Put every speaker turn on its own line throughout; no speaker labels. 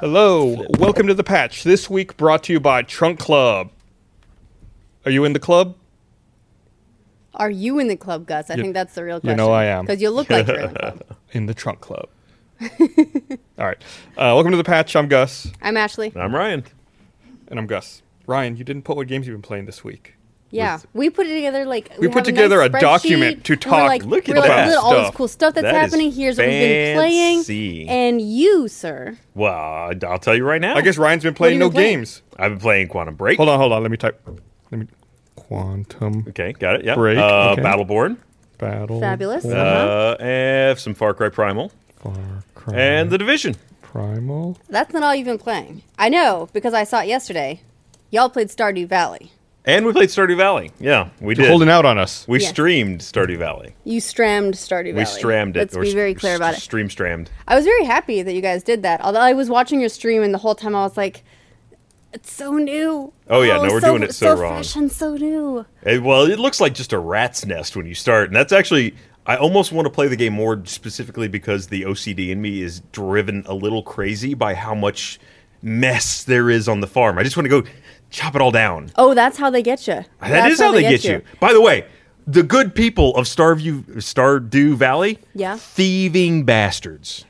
Hello, welcome to the patch. This week brought to you by Trunk Club. Are you in the club?
Are you in the club, Gus? I think that's the real
you
question.
know I am.
Because you look like you're in the club.
In the Trunk Club. All right. Uh, welcome to the patch. I'm Gus,
I'm Ashley.
I'm Ryan.
and I'm Gus. Ryan, you didn't put what games you've been playing this week.
Yeah, we put it together like
We
have
put
a nice
together a
spreadsheet,
document to
and we're
talk-
Like,
Look
we're
at
like,
that
at all this
stuff.
cool stuff that's
That is
happening. Here's what we've been playing,
fancy.
and you, sir.
Well, I- I'll tell you right now.
I guess Ryan's been playing
you
no
been playing?
games.
I've been playing Quantum Break.
Hold on, hold on. Let me type. Let me. Quantum
Okay, got it. Yeah.
Break,
Uh,
okay.
Battleborn.
Battle.
Fabulous.
Born,
Uh,
Uh-huh.
and some Far Cry Primal
Far Cry
Uh, and The Division.
Primal.
That's not all you've been playing. I know because I saw it yesterday. Y'all played Stardew Valley.
And we played Stardew Valley. Yeah, we
You're
did.
holding out on us.
We
Yeah.
streamed Stardew Valley.
You strammed Stardew Valley.
We strammed it.
Let's
or
be very
s-
clear about it.
Stream strammed.
I was very happy that you guys did that. Although I was watching your stream, and the whole time I was like, "It's so new."
Oh, yeah, no, we're
so,
doing it so wrong.
fresh and so new.
Eh, well, it looks like just a rat's nest when you start, and that's actually. I almost want to play the game more specifically because the OCD in me is driven a little crazy by how much mess there is on the farm. I just want to go chop it all down.
Oh, that's how they get you.
That is how, they get, you. By the way, the good people of Starview, Stardew Valley,
Yeah.
thieving bastards.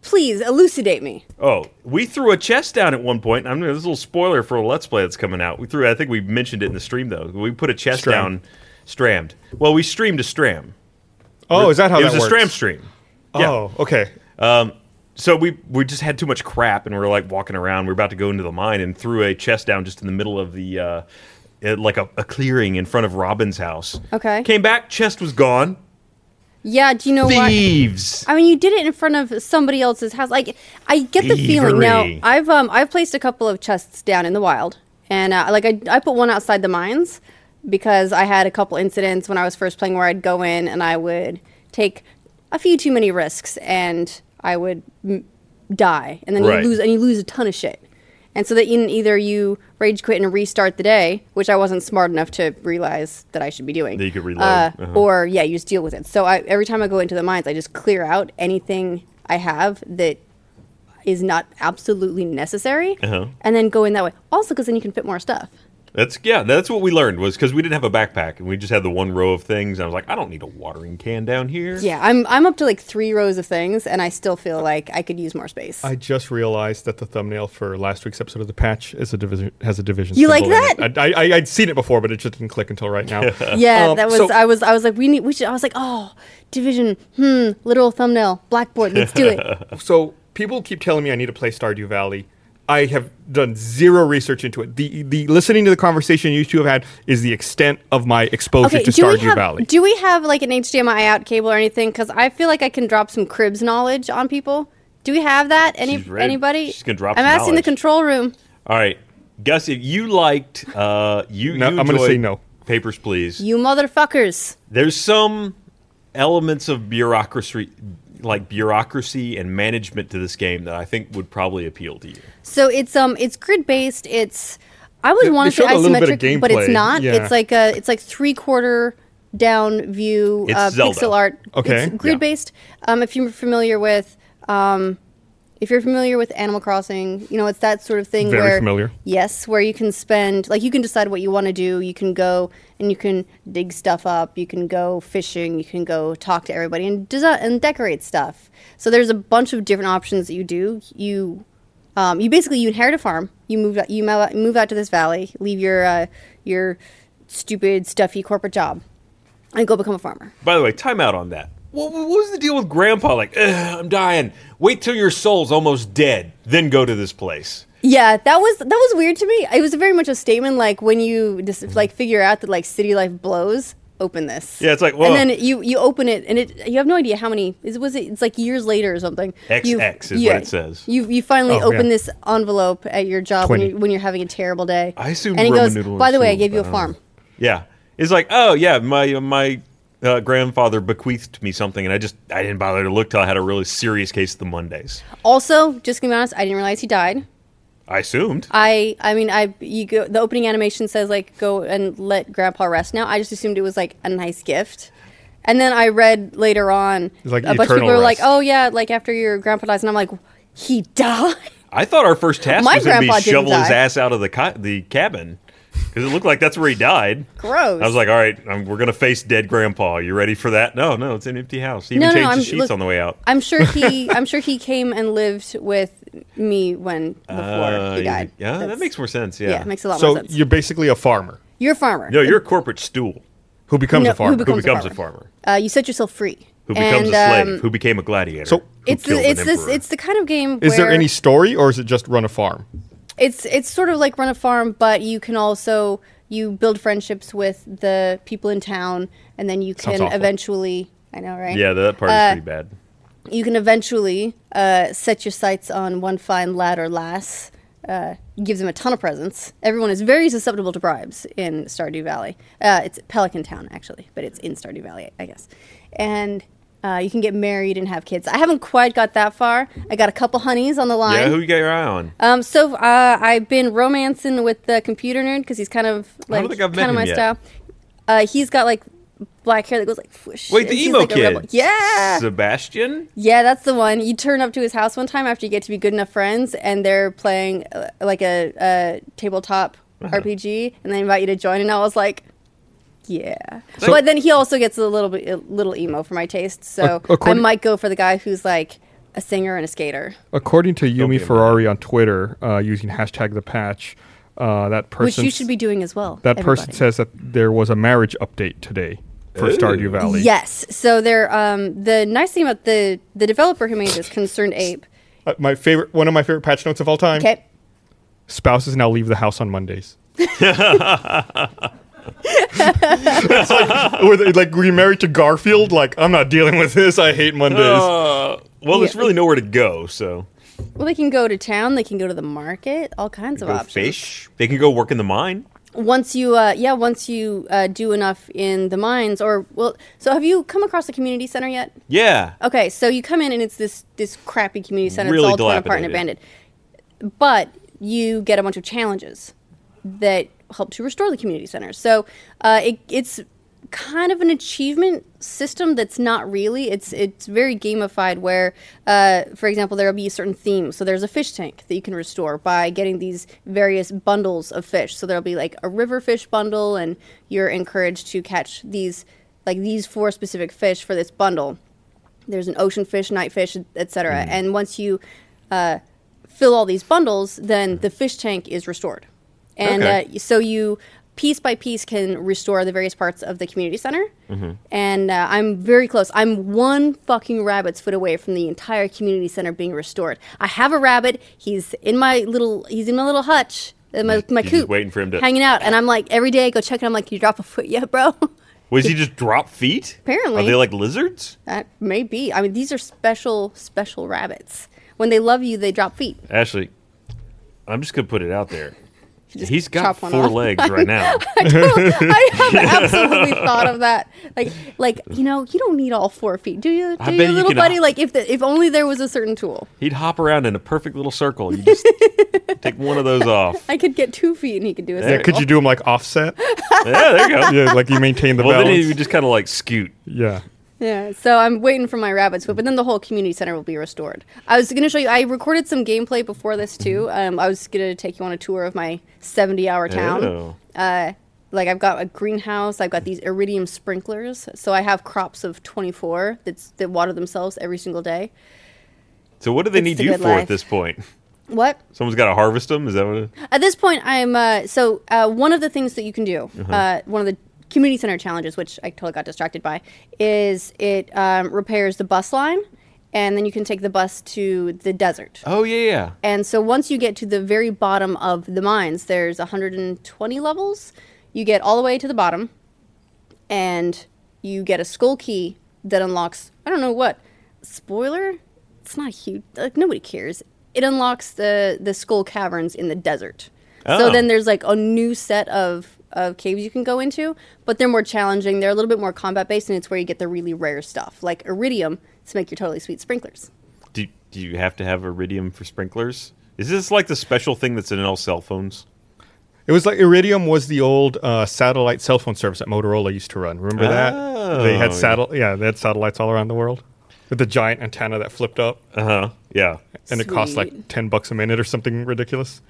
Please elucidate me.
Oh, we threw a chest down at one point. I'm mean, this is a little spoiler for a Let's Play that's coming out. We threw. I think we mentioned it in the stream though. We put a chest
Stram.
down, strammed. Well, we streamed a stram.
Oh, is that how
it
that
was
works?
a stram stream?
Oh, okay.
so we we just had too much crap and we were like walking around. We were about to go into the mine and threw a chest down just in the middle of the uh, eh, like a, a clearing in front of Robin's house.
Okay.
Came back, chest was gone.
Yeah, do you know why?
Thieves.
I mean, you did it in front of somebody else's house. Like, I get the feeling now.
Thievery.
I've um, I've placed a couple of chests down in the wild, and uh, like I, I put one outside the mines because I had a couple incidents when I was first playing where I'd go in and I would take a few too many risks and I would m- die, and then
Right.
you lose and you lose a ton of shit. And so that in either you rage quit and restart the day, which I wasn't smart enough to realize that I should be doing.
That you could reload.
Uh,
Uh-huh.
Or yeah, you just deal with it. So I, every time I go into the mines, I just clear out anything I have that is not absolutely necessary,
Uh-huh.
and then go in that way. Also, because then you can fit more stuff.
That's yeah. That's what we learned was because we didn't have a backpack and we just had the one row of things. And I was like, I don't need a watering can down here.
Yeah, I'm I'm up to like three rows of things, and I still feel like I could use more space.
I just realized that the thumbnail for last week's episode of the patch is a division has a division.
You like
symbol in It.
that?
I, I, I'd seen it before, but it just didn't click until right now.
Uh,
yeah,
Um,
that was
so-
I was I was like we need we should I was like oh division hmm literal thumbnail blackboard let's do it.
So people keep telling me I need to play Stardew Valley. I have done zero research into it. The the listening to the conversation you two have had is the extent of my exposure to
do we
Stardew
have,
Valley.
Do we have like an HDMI out cable or anything? Because I feel like I can drop some cribs knowledge on people. Do we have that? Any
She's ready.
anybody?
She's gonna drop
I'm
some
asking the
knowledge.
control room.
All right, Gus, if you liked, uh, you,
No,
you
I'm gonna
enjoyed
say no.
Papers, please.
You motherfuckers!
There's some elements of bureaucracy, like bureaucracy and management to this game that I think would probably appeal to you.
So it's um it's grid based. It's I would
They-
want
they
to say
showed a little bit of
isometric, but it's
gameplay,
not.
yeah.
It's like a it's like three quarter down view
It's
uh,
Zelda.
pixel art.
Okay.
it's grid based. Um, if you're familiar with um, if you're familiar with Animal Crossing, you know it's that sort of thing.
Very
where,
familiar.
Yes, where you can spend like you can decide what you want to do. You can go and you can dig stuff up. You can go fishing. You can go talk to everybody and design and decorate stuff. So there's a bunch of different options that you do. You um, you basically you inherit a farm. You move out, you move out, move out to this valley. Leave your uh, your stupid stuffy corporate job and go become a farmer.
By the way, time out on that. What, what was the deal with Grandpa? Like, "Ugh, I'm dying. Wait till your soul's almost dead, then go to this place.
Yeah, that was that was weird to me. It was very much a statement like when you just like figure out that like city life blows, open this.
Yeah, it's like,
and
whoa.
then you you open it and it you have no idea how many is was it it's like years later or something.
XX
You've-
is what it says.
You you finally
Oh,
open
yeah.
this envelope at your job when
20.
you when you're having a terrible day.
I assume
and he
Roman
goes,
noodle
By
is
the way, I
sold,
gave you a
but I don't
farm.
know." Yeah, it's like, oh yeah, my my uh, grandfather bequeathed me something, and I just I didn't bother to look till I had a really serious case of the Mondays.
Also, just gonna be honest, I didn't realize he died.
I assumed.
I I mean I you go the opening animation says like go and let grandpa rest now. I just assumed it was like a nice gift. And then I read later on
It's like
a bunch of
eternal
people were like,
rest.
"Oh yeah, like after your grandpa dies." And I'm like, "He died?"
I thought our first task
My
was going to
grandpa
be
didn't
shovel his
die.
ass out of the co- the cabin because it looked like that's where he died.
Gross.
I was like, all right, I'm, we're going to face dead grandpa. You ready for that? No, no, it's an empty house. He even
No, no,
changed
I'm-
his sheets
look-
on the way out.
I'm sure he. I'm sure he came and lived with me when before
Uh,
he died.
Yeah, that
That's-
makes more sense. Yeah.
yeah, it makes a lot
so
more sense.
you're basically a farmer
You're a farmer.
no, you're a corporate stool
who becomes
No,
a farmer.
who becomes-
who becomes
a
a farmer,
Uh, you set yourself free.
who
And,
becomes a slave,
um,
who became a gladiator.
So-
who
it's
killed
the,
an
it's this
emperor.
it's the kind of game.
Is there
where
any story, or is it just run a farm?
It's it's sort of like run a farm, but you can also you build friendships with the people in town, and then you
Sounds
can
awful.
eventually. I know, right?
yeah, that part
Uh,
is pretty bad.
you can eventually uh, set your sights on one fine lad or lass. Uh, gives them a ton of presents. Everyone is very susceptible to bribes in Stardew Valley. Uh, it's Pelican Town, actually, but it's in Stardew Valley, I guess. And uh, you can get married and have kids. I haven't quite got that far. I got a couple honeys on the line.
Yeah, who you got your eye on?
Um, so uh, I've been romancing with the computer nerd because he's kind of
don't
like
think I've met
kind of
him
my
yet.
style. Uh, he's got like black hair that goes like whoosh.
Wait,
and
the
he's,
emo
like, a rebel.
kid.
Yeah,
Sebastian?
yeah, that's the one. You turn up to his house one time after you get to be good enough friends, and they're playing uh, like a, a tabletop
Uh-huh.
RPG, and they invite you to join. And I was like, yeah. but then he also gets a little bit a little emo for my taste, so
Ac- according-
I might go for the guy who's like a singer and a skater.
According to
be
Yumi
a
Ferrari on Twitter, uh, using hashtag the patch, uh, that
Which
person
you should be doing as well.
that person
everybody.
says that there was a marriage update today for
Ooh.
Stardew Valley.
Yes. So they're um, the nice thing about the the developer who made this, Concerned Ape.
Uh, my favorite, one of my favorite patch notes of all time.
Okay.
Spouses now leave the house on Mondays. it's like, or they, like were you married to Garfield? Like I'm not dealing with this. I hate Mondays.
Uh, well, there's
Yeah.
really nowhere to go, so.
Well, they can go to town. They can go to the market. All kinds of
Go
options.
fish. They can go work in the mine.
Once you, uh, yeah, once you uh, do enough in the mines, or well, so have you come across the community center yet?
Yeah.
Okay, so you come in and it's this this crappy community center.
Really
it's all torn apart and
dilapidated.
abandoned. But you get a bunch of challenges that help to restore the community center. So uh, it, it's kind of an achievement system that's not really. It's it's very gamified. Where, uh, for example, there will be a certain theme. So there's a fish tank that you can restore by getting these various bundles of fish. So there'll be like a river fish bundle, and you're encouraged to catch these like these four specific fish for this bundle there's an ocean fish, night fish, etc.
Mm.
And once you uh, fill all these bundles, then the fish tank is restored. And
Mm. Okay.
uh, so you piece by piece can restore the various parts of the community center.
Mm-hmm.
And uh, I'm very close. I'm one fucking rabbit's foot away from the entire community center being restored. I have a rabbit. He's in my little. He's in my little hutch. in My, my
He's just
coop,
waiting for him to-
hanging out, and I'm like every day I go check it. I'm like, "Can you drop a foot yet, bro?"
Was he just drop feet?
Apparently.
Are they like lizards?
That may be. I mean, these are special, special rabbits. When they love you, they drop feet.
Ashley, I'm just going to put it out there.
just
He's got
chop one
four
off.
legs right now.
I have absolutely thought of that. Like, like you know, you don't need all four feet, do you? Do
I
you,
bet you
little
can-
buddy? Like, if the, if only there was a certain tool,
He'd hop around in a perfect little circle. You just take one of those off.
I could get two feet, and he could do a
Yeah,
circle.
could you do them like offset?
Yeah, there you go.
yeah, like you maintain the
Well, then
balance.
he would just kind of like scoot.
yeah.
Yeah, so I'm waiting for my rabbit's foot, but then the whole community center will be restored. I was going to show you, I recorded some gameplay before this too. Um, I was going to take you on a tour of my 70 hour town.
Oh.
Uh, like, I've got a greenhouse, I've got these iridium sprinklers, so I have crops of 24 that's, that water themselves every single day.
So, what do they
It's
need
the
you
good
for
life.
at this point?
What?
Someone's got to harvest them? Is that what it is?
At this point, I'm uh, so uh, one of the things that you can do, uh, one of the community center challenges, which I totally got distracted by, is it um, repairs the bus line, and then you can take the bus to the desert.
Oh, yeah, yeah.
And so once you get to the very bottom of the mines, there's 120 levels. You get all the way to the bottom, and you get a skull key that unlocks I don't know what. Spoiler? It's not huge. Like nobody cares. It unlocks the the skull caverns in the desert.
Oh.
So then there's like a new set of of caves you can go into, but they're more challenging. They're a little bit more combat based, and it's where you get the really rare stuff like iridium to make your totally sweet sprinklers.
Do, do you have to have iridium for sprinklers? Is this like the special thing that's in all cell phones?
It was like Iridium was the old uh, satellite cell phone service that Motorola used to run. Remember that?
Oh,
they had
yeah.
satel- yeah, they had satellites all around the world. with the giant antenna that flipped up,
Uh huh. Yeah.
and it costs like
Sweet. ten
ten bucks a minute or something ridiculous.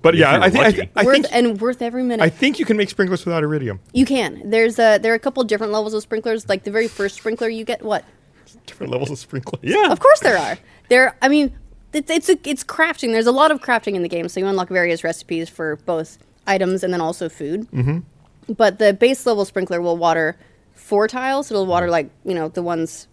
But
If
yeah,
you're
I think I, thi-
lucky.
I
worth
think
and worth every minute.
I think you can make sprinklers without iridium.
you can. There's a there are a couple different levels of sprinklers. Like the very first sprinkler you get, what?
Different levels of sprinklers.
Yeah.
Of course there are. There, I mean, it's it's a, it's crafting. There's a lot of crafting in the game, so you unlock various recipes for both items and then also food. Mm-hmm. But the base level sprinkler will water four tiles. It'll water like you know the ones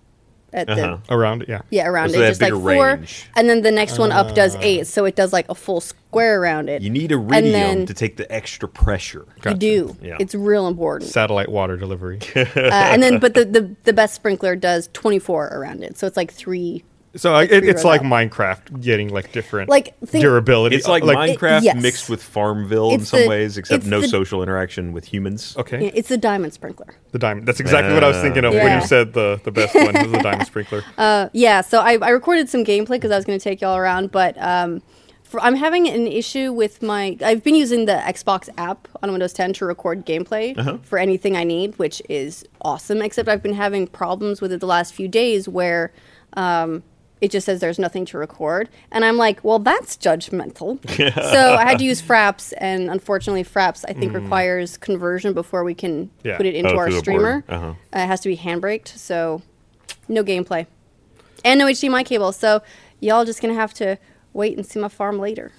at
Mm. Uh-huh.
the
Around it, yeah.
yeah around
So
it,
they have
just like
bigger
four,
range. Ah.
and then the next one up does eight, so it does like a full square around it.
You need
And
iridium
then
to take the extra pressure.
Gotcha.
You do.
Yeah.
It's real important.
Satellite water delivery.
Uh, and then, but the, the the best sprinkler does twenty four around it, so it's like three
So I, it,
three
it's
rows
like
up.
Minecraft getting like different
Like, think-
durability.
It's like, Minecraft
yes.
mixed with Farmville in
It's
some
the-
ways, except
it's
no
the-
social interaction with humans.
okay,
Yeah, it's the diamond sprinkler.
the diamond. That's exactly what I was thinking of when
Yeah.
you said the the best one was the diamond sprinkler.
Uh, yeah, so I, I recorded some gameplay because I was going to take y'all around, but um, for, I'm having an issue with my. I've been using the Xbox app on Windows 10 to record gameplay
Uh-huh.
for anything I need, which is awesome. Except I've been having problems with it the last few days where. Um, it just says there's nothing to record. And I'm like, well, that's judgmental. so I had to use Fraps, and unfortunately, Fraps, I think, requires conversion before we can
Yeah.
put it into
Mm. Oh,
our
through the board.
streamer.
Uh-huh.
Uh, it has to be handbraked, so no gameplay and no HDMI cable. So y'all just gonna have to wait and see my farm later.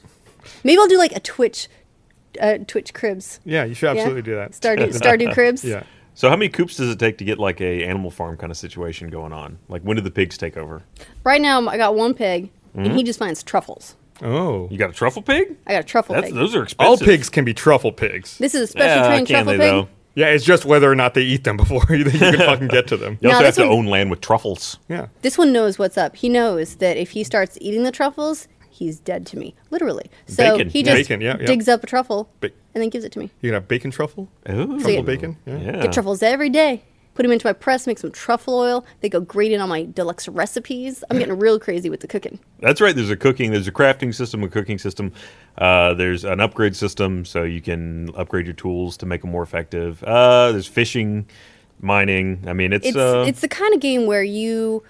Maybe I'll do like a Twitch, uh, Twitch cribs.
Yeah, you should absolutely do that.
Stardew, Stardew cribs.
Yeah.
So, how many coops does it take to get like a animal farm kind of situation going on? Like, when do the pigs take over?
Right now I got one pig,
Mm-hmm.
and he just finds truffles.
Oh,
You got a truffle pig?
I got a truffle
That's,
pig.
those are
all
expensive.
pigs can be truffle pigs.
This is a special
Yeah,
trained
can
truffle
they,
pig.
though?
Yeah, it's just whether or not they eat them before you you can fucking get to them.
You
No,
also have
this
to
one-
own land with truffles.
Yeah.
This one knows what's up. He knows that if he starts eating the truffles, he's dead to me, literally. So
Bacon,
he
yeah.
just
Bacon, yeah, yeah.
digs up a truffle
Ba-
and then gives it to me.
You can have bacon truffle,
Ooh.
truffle bacon. Yeah.
Yeah.
Get truffles every day. Put them into my press, make some truffle oil. They go great in all my deluxe recipes. I'm getting real crazy with the cooking.
That's right. There's a cooking, there's a crafting system, a cooking system. Uh, there's an upgrade system, so you can upgrade your tools to make them more effective. Uh, there's fishing, mining. I mean, it's
It's
uh,
it's the kind of game where you.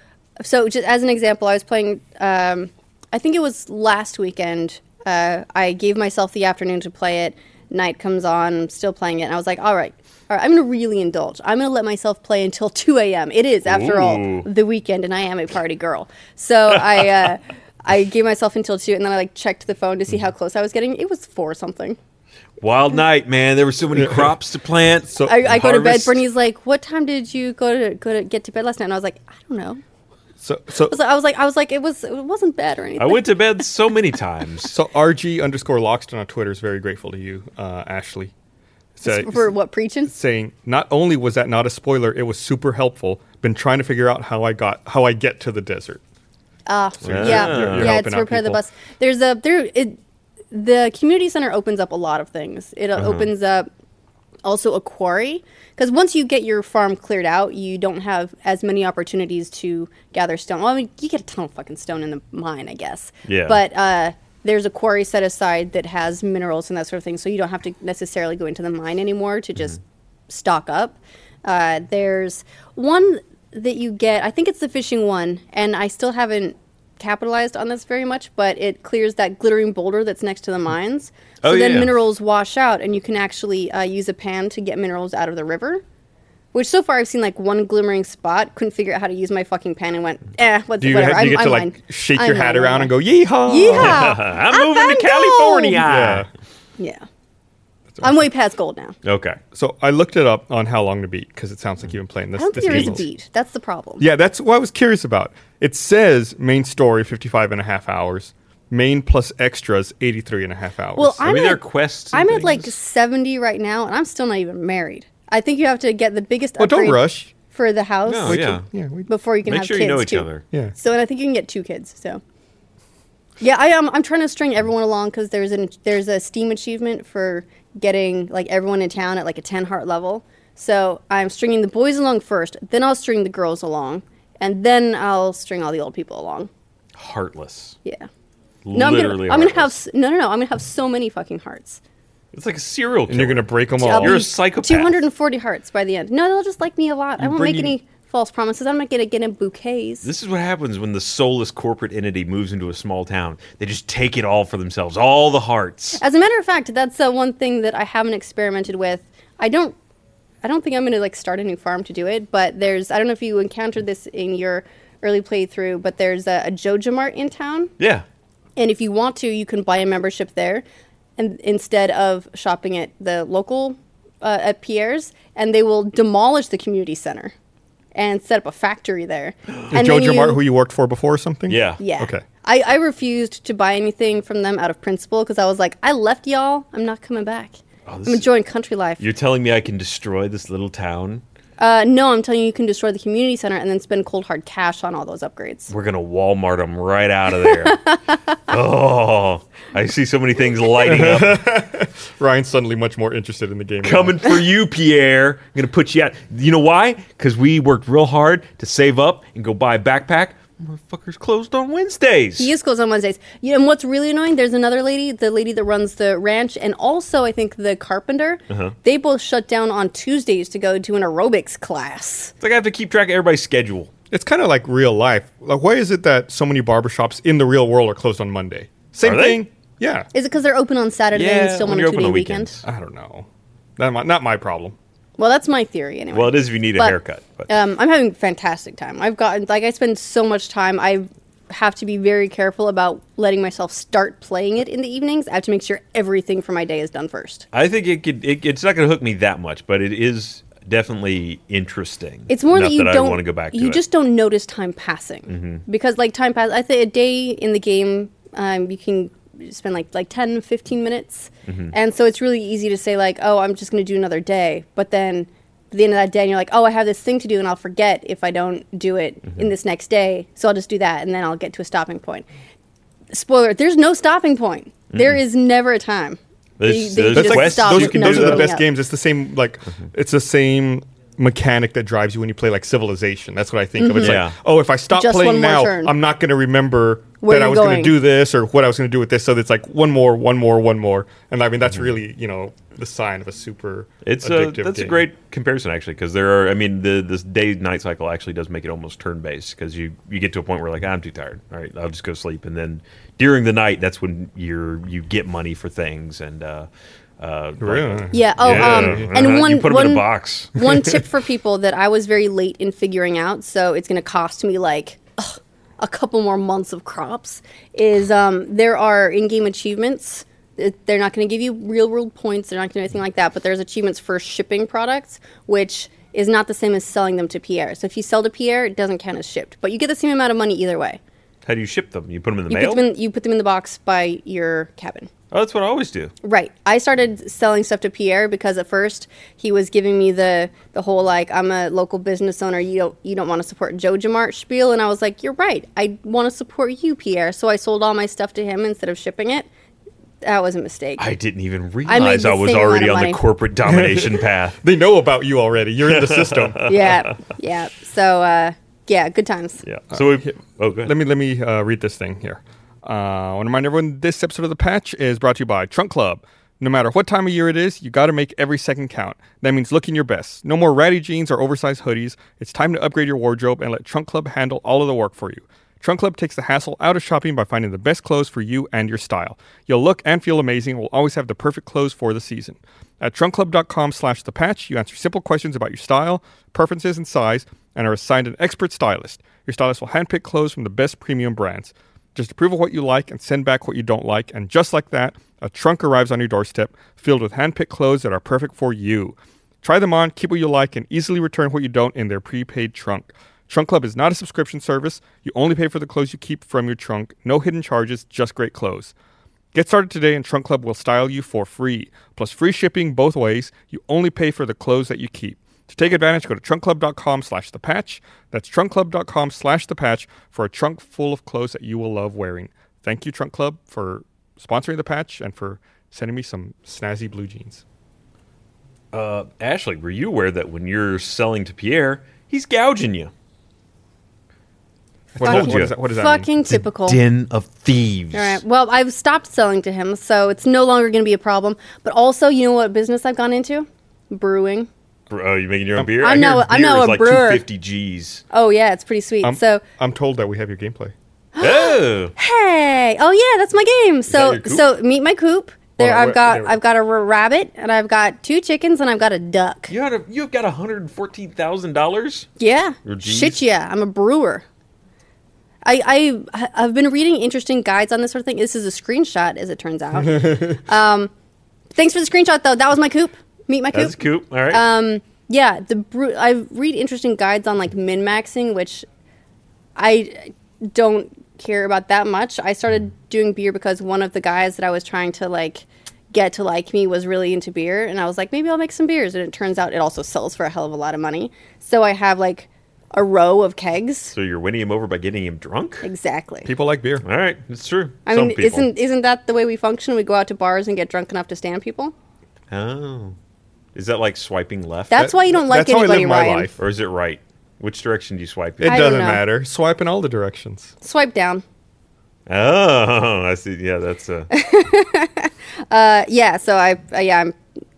So just as an example, I was playing. Um, I think it was last weekend. Uh, I gave myself the afternoon to play it. Night comes on. I'm still playing it, and I was like, "All right, all right. I'm gonna really indulge. I'm gonna let myself play until 2 a.m. It is, after all,
Ooh.
the weekend, and I am a party girl. So I uh, I gave myself until two, and then I like checked the phone to see how close I was getting. It was four something.
wild night, man. There were so many crops to plant. So
Mm-hmm. I, I go to bed. Brittany's like, "What time did you go to go to get to bed last night?" And I was like, "I don't know."
So so
So I was like, I was like, it was, it wasn't bad or anything.
I went to bed so many times.
so RG underscore Loxton on Twitter is very grateful to you, uh, Ashley. Say-
for what preaching?
saying not only was that not a spoiler, it was super helpful. Been trying to figure out how I got how I get to the desert.
Ah,
you're-
yeah, yeah,
you're
helping
it's
out
repair the
people.
bus. There's a there. It, the community center opens up a lot of things. It uh,
Uh-huh.
opens up also a quarry because once you get your farm cleared out, you don't have as many opportunities to gather stone. Well, I mean, you get a ton of fucking stone in the mine, I guess.
Yeah.
But uh, there's a quarry set aside that has minerals and that sort of thing, so you don't have to necessarily go into the mine anymore to just stock up. Uh, there's one that you get. I think it's the fishing one, and I still haven't capitalized on this very much, but it clears that glittering boulder that's next to the mines. So
Oh,
then
yeah.
minerals wash out, and you can actually uh, use a pan to get minerals out of the river. Which so far I've seen like one glimmering spot. Couldn't figure out how to use my fucking pan and went, eh, what's,
Do you,
whatever.
ha- do you get
I'm, I'm
to
mine.
like shake
I'm
your
mine,
hat
I'm
around
mine.
and go yeehaw?
Yeah.
I'm moving
found
to
gold!
California.
Yeah.
Yeah. I'm way past gold now.
Okay.
So I looked it up on how long to beat because it sounds like you've been playing this.
I don't
this
think there is a
game.
beat. That's the problem.
Yeah, that's what I was curious about. It says main story 55 and a half hours, main plus extras 83 and a half hours.
Well,
I
I'm
mean,
at,
there are quests. and
I'm at like
things.
70 right now, and I'm still not even married. I think you have to get the biggest.
Well, don't
upgrade
rush.
for the house
No, yeah.
yeah, we,
before you can
Make
have
sure
kids
you know each
too.
other.
yeah.
So, and I think you can get two kids. So, yeah, I am. I'm trying to string everyone along because there's an there's a Steam achievement for getting like everyone in town at like a 10 heart level. So I'm stringing the boys along first, then I'll string the girls along, and then I'll string all the old people along.
Heartless.
Yeah. No, I'm
Literally.
gonna, I'm gonna have
heartless.
s- no, no, no. I'm gonna have so many fucking hearts.
It's like a serial.
And you're
killer.
going to break them
I'll
all.
Oh, You're a
be
psychopath.
240 hearts by the end. No, they'll just like me a lot. I won't
bring
make
in-
any false promises. I'm not gonna get in bouquets.
This is what happens when the soulless corporate entity moves into a small town. They just take it all for themselves, all the hearts.
As a matter of fact, that's uh, one thing that I haven't experimented with. I don't, I don't think I'm gonna like start a new farm to do it. But there's, I don't know if you encountered this in your early playthrough, but there's a, a Jojo Mart in town,
Yeah.
and if you want to, you can buy a membership there, and instead of shopping at the local uh, at Pierre's, and they will demolish the community center and set up a factory there. and
Joe
then
Jamart,
you-
who you worked for before or something?
Yeah.
yeah.
Okay.
I, I refused to buy anything from them out of principle because I was like, I left y'all. I'm not coming back. I'm
Oh, this is-
enjoying country life.
You're telling me I can destroy this little town?
Uh, no, I'm telling you, you can destroy the community center and then spend cold hard cash on all those upgrades.
We're going to Walmart them right out of there. oh, I see so many things lighting up.
Ryan's suddenly much more interested in the game. now.
Coming for you, Pierre. I'm going to put you out. You know why? Because we worked real hard to save up and go buy a backpack. Motherfucker's closed on Wednesdays.
He is closed on Wednesdays. Yeah, and what's really annoying, there's another lady, the lady that runs the ranch, and also I think the carpenter.
Uh-huh.
They both shut down on Tuesdays to go to an aerobics class.
It's like I have to keep track of everybody's schedule.
It's kind of like real life. Like, why is it that so many barbershops in the real world are closed on Monday? Same
Are they?
thing. Yeah.
Is it because they're open on Saturday and still
when
on a
you're
two
open
day
on
weekend?
weekends.
I don't know. Not my, not my problem.
Well, that's my theory anyway.
Well, it is if you need a
But-
haircut. But
Um, I'm having a fantastic time. I've gotten like I spend so much time. I have to be very careful about letting myself start playing it in the evenings. I have to make sure everything for my day is done first.
I think it could. It, it's not going to hook me that much, but it is definitely interesting.
It's more
Not
that you
I
don't
want to go back. To
you
it. Mm-hmm.
just don't notice time passing because like time pass. I think a day in the game, um, you can spend like like 10 15 minutes
Mm-hmm.
and so it's really easy to say like oh i'm just going to do another day but then at the end of that day and you're like oh i have this thing to do and i'll forget if i don't do it
Mm-hmm.
in this next day so i'll just do that and then i'll get to a stopping point spoiler there's no stopping point There is never a time
There's-
They- they
there's
That's
just
like
quests
stop
you
those,
at
can
those
do
are the
that.
nothing
best
else.
games. It's the same like
Mm-hmm.
it's the same mechanic that drives you when you play like Civilization. That's what I think of. It's
Yeah.
like oh, if I stop
Just one
playing
more
now,
turn.
I'm not going to remember
Where
that I
you're
was going
going.
to do this or what I was going to do with this. So it's like one more, one more, one more. And I mean that's really you know the sign of a super.
Mm-hmm. It's a,
addictive
that's a
game.
great comparison actually because there are I mean the this day night cycle actually does make it almost turn based because you you get to a point where like "Ah, I'm too tired all right I'll just go sleep and then during the night that's when you're you get money for things and uh, uh,
Really?
yeah oh um and
Uh-huh.
one
you put them
one
in a box
one tip for people that I was very late in figuring out, so it's going to cost me like ugh, a couple more months of crops, is um, there are in game achievements. It- They're not going to give you real world points, they're not going to do anything like that, but there's achievements for shipping products, which is not the same as selling them to Pierre. So if you sell to Pierre, it doesn't count as shipped, but you get the same amount of money either way.
how do you ship them you put them in the
You
mail
put, them in, you put them in the box by your cabin.
oh that's what I always do
Right. I started selling stuff to Pierre because at first he was giving me the the whole like I'm a local business owner. You don't you don't want to support Joe Jamart spiel, and I was like, you're right. I want to support you, Pierre. So I sold all my stuff to him instead of shipping it. That was a mistake.
I didn't even
made
realize
the
I, was
same amount
already
of
on the
money.
corporate domination path
They know about you already. You're in the system.
yeah, yeah. So uh, yeah, good times.
yeah so
Uh,
we oh good
Let me let me uh, read this thing here. Uh, I want to remind everyone this episode of the Patch is brought to you by Trunk Club. No matter what time of year it is, you got to make every second count. That means looking your best. No more ratty jeans or oversized hoodies. It's time to upgrade your wardrobe and let Trunk Club handle all of the work for you. Trunk Club takes the hassle out of shopping by finding the best clothes for you and your style. You'll look and feel amazing and will always have the perfect clothes for the season. At trunkclub.com slash the patch, you answer simple questions about your style, preferences, and size, and are assigned an expert stylist. Your stylist will handpick clothes from the best premium brands. Just approve of what you like and send back what you don't like, and just like that, a trunk arrives on your doorstep filled with handpicked clothes that are perfect for you. Try them on, keep what you like, and easily return what you don't in their prepaid trunk. Trunk Club is not a subscription service. You only pay for the clothes you keep from your trunk. No hidden charges, just great clothes. Get started today, and Trunk Club will style you for free. Plus, free shipping both ways. You only pay for the clothes that you keep. To take advantage, go to trunkclub.com slash the patch. That's trunkclub.com slash the patch for a trunk full of clothes that you will love wearing. Thank you, Trunk Club, for sponsoring the patch and for sending me some snazzy blue jeans.
Uh, Ashley, were you aware that when you're selling to Pierre, he's gouging you?
What,
Told
what,
you.
does that, what does that mean?
Fucking typical.
Den of thieves.
All right. Well, I've stopped selling to him, so it's no longer going to be a problem. But also, you know what business I've gone into? Brewing.
Oh, you making your own beer?
I'm
I hear
no- I'm
beer
no
is
a
like
brewer.
250 G's.
Oh yeah, it's pretty sweet.
Um,
I'm,
so
I'm told that we have your gameplay.
oh,
hey, oh yeah, that's my game. So
your coop?
so meet my coop. There
Well,
I've
where-
got
there-
I've got a r- rabbit and I've got two chickens and I've got a duck.
you had a, you've got 114 thousand dollars.
Yeah.
Your G's?
Shit, yeah. I'm a brewer. I, I I've been reading interesting guides on this sort of thing. This is a screenshot, as it turns out. um, thanks for the screenshot, though. That was my coop. Meet my coop.
That's cool. All right.
Um, yeah, the brew. I read interesting guides on like min maxing, which I don't care about that much. I started doing beer because one of the guys that I was trying to like get to like me was really into beer, and I was like, maybe I'll make some beers. And it turns out it also sells for a hell of a lot of money. So I have like a row of kegs.
so you're winning him over by getting him drunk.
Exactly.
People like beer.
All right, it's true.
I
Some
mean,
people.
isn't isn't that the way we function? We go out to bars and get drunk enough to stand people.
oh, is that like swiping left?
That's
That-
why you don't like
that's how I
anybody,
live my
Ryan.
life.
or is it right? Which direction do you swipe?
It
in?
I don't
doesn't
know.
matter. Swipe in all the directions.
Swipe down.
oh, I see. Yeah, that's uh,
Uh, yeah, so I uh, yeah I'm,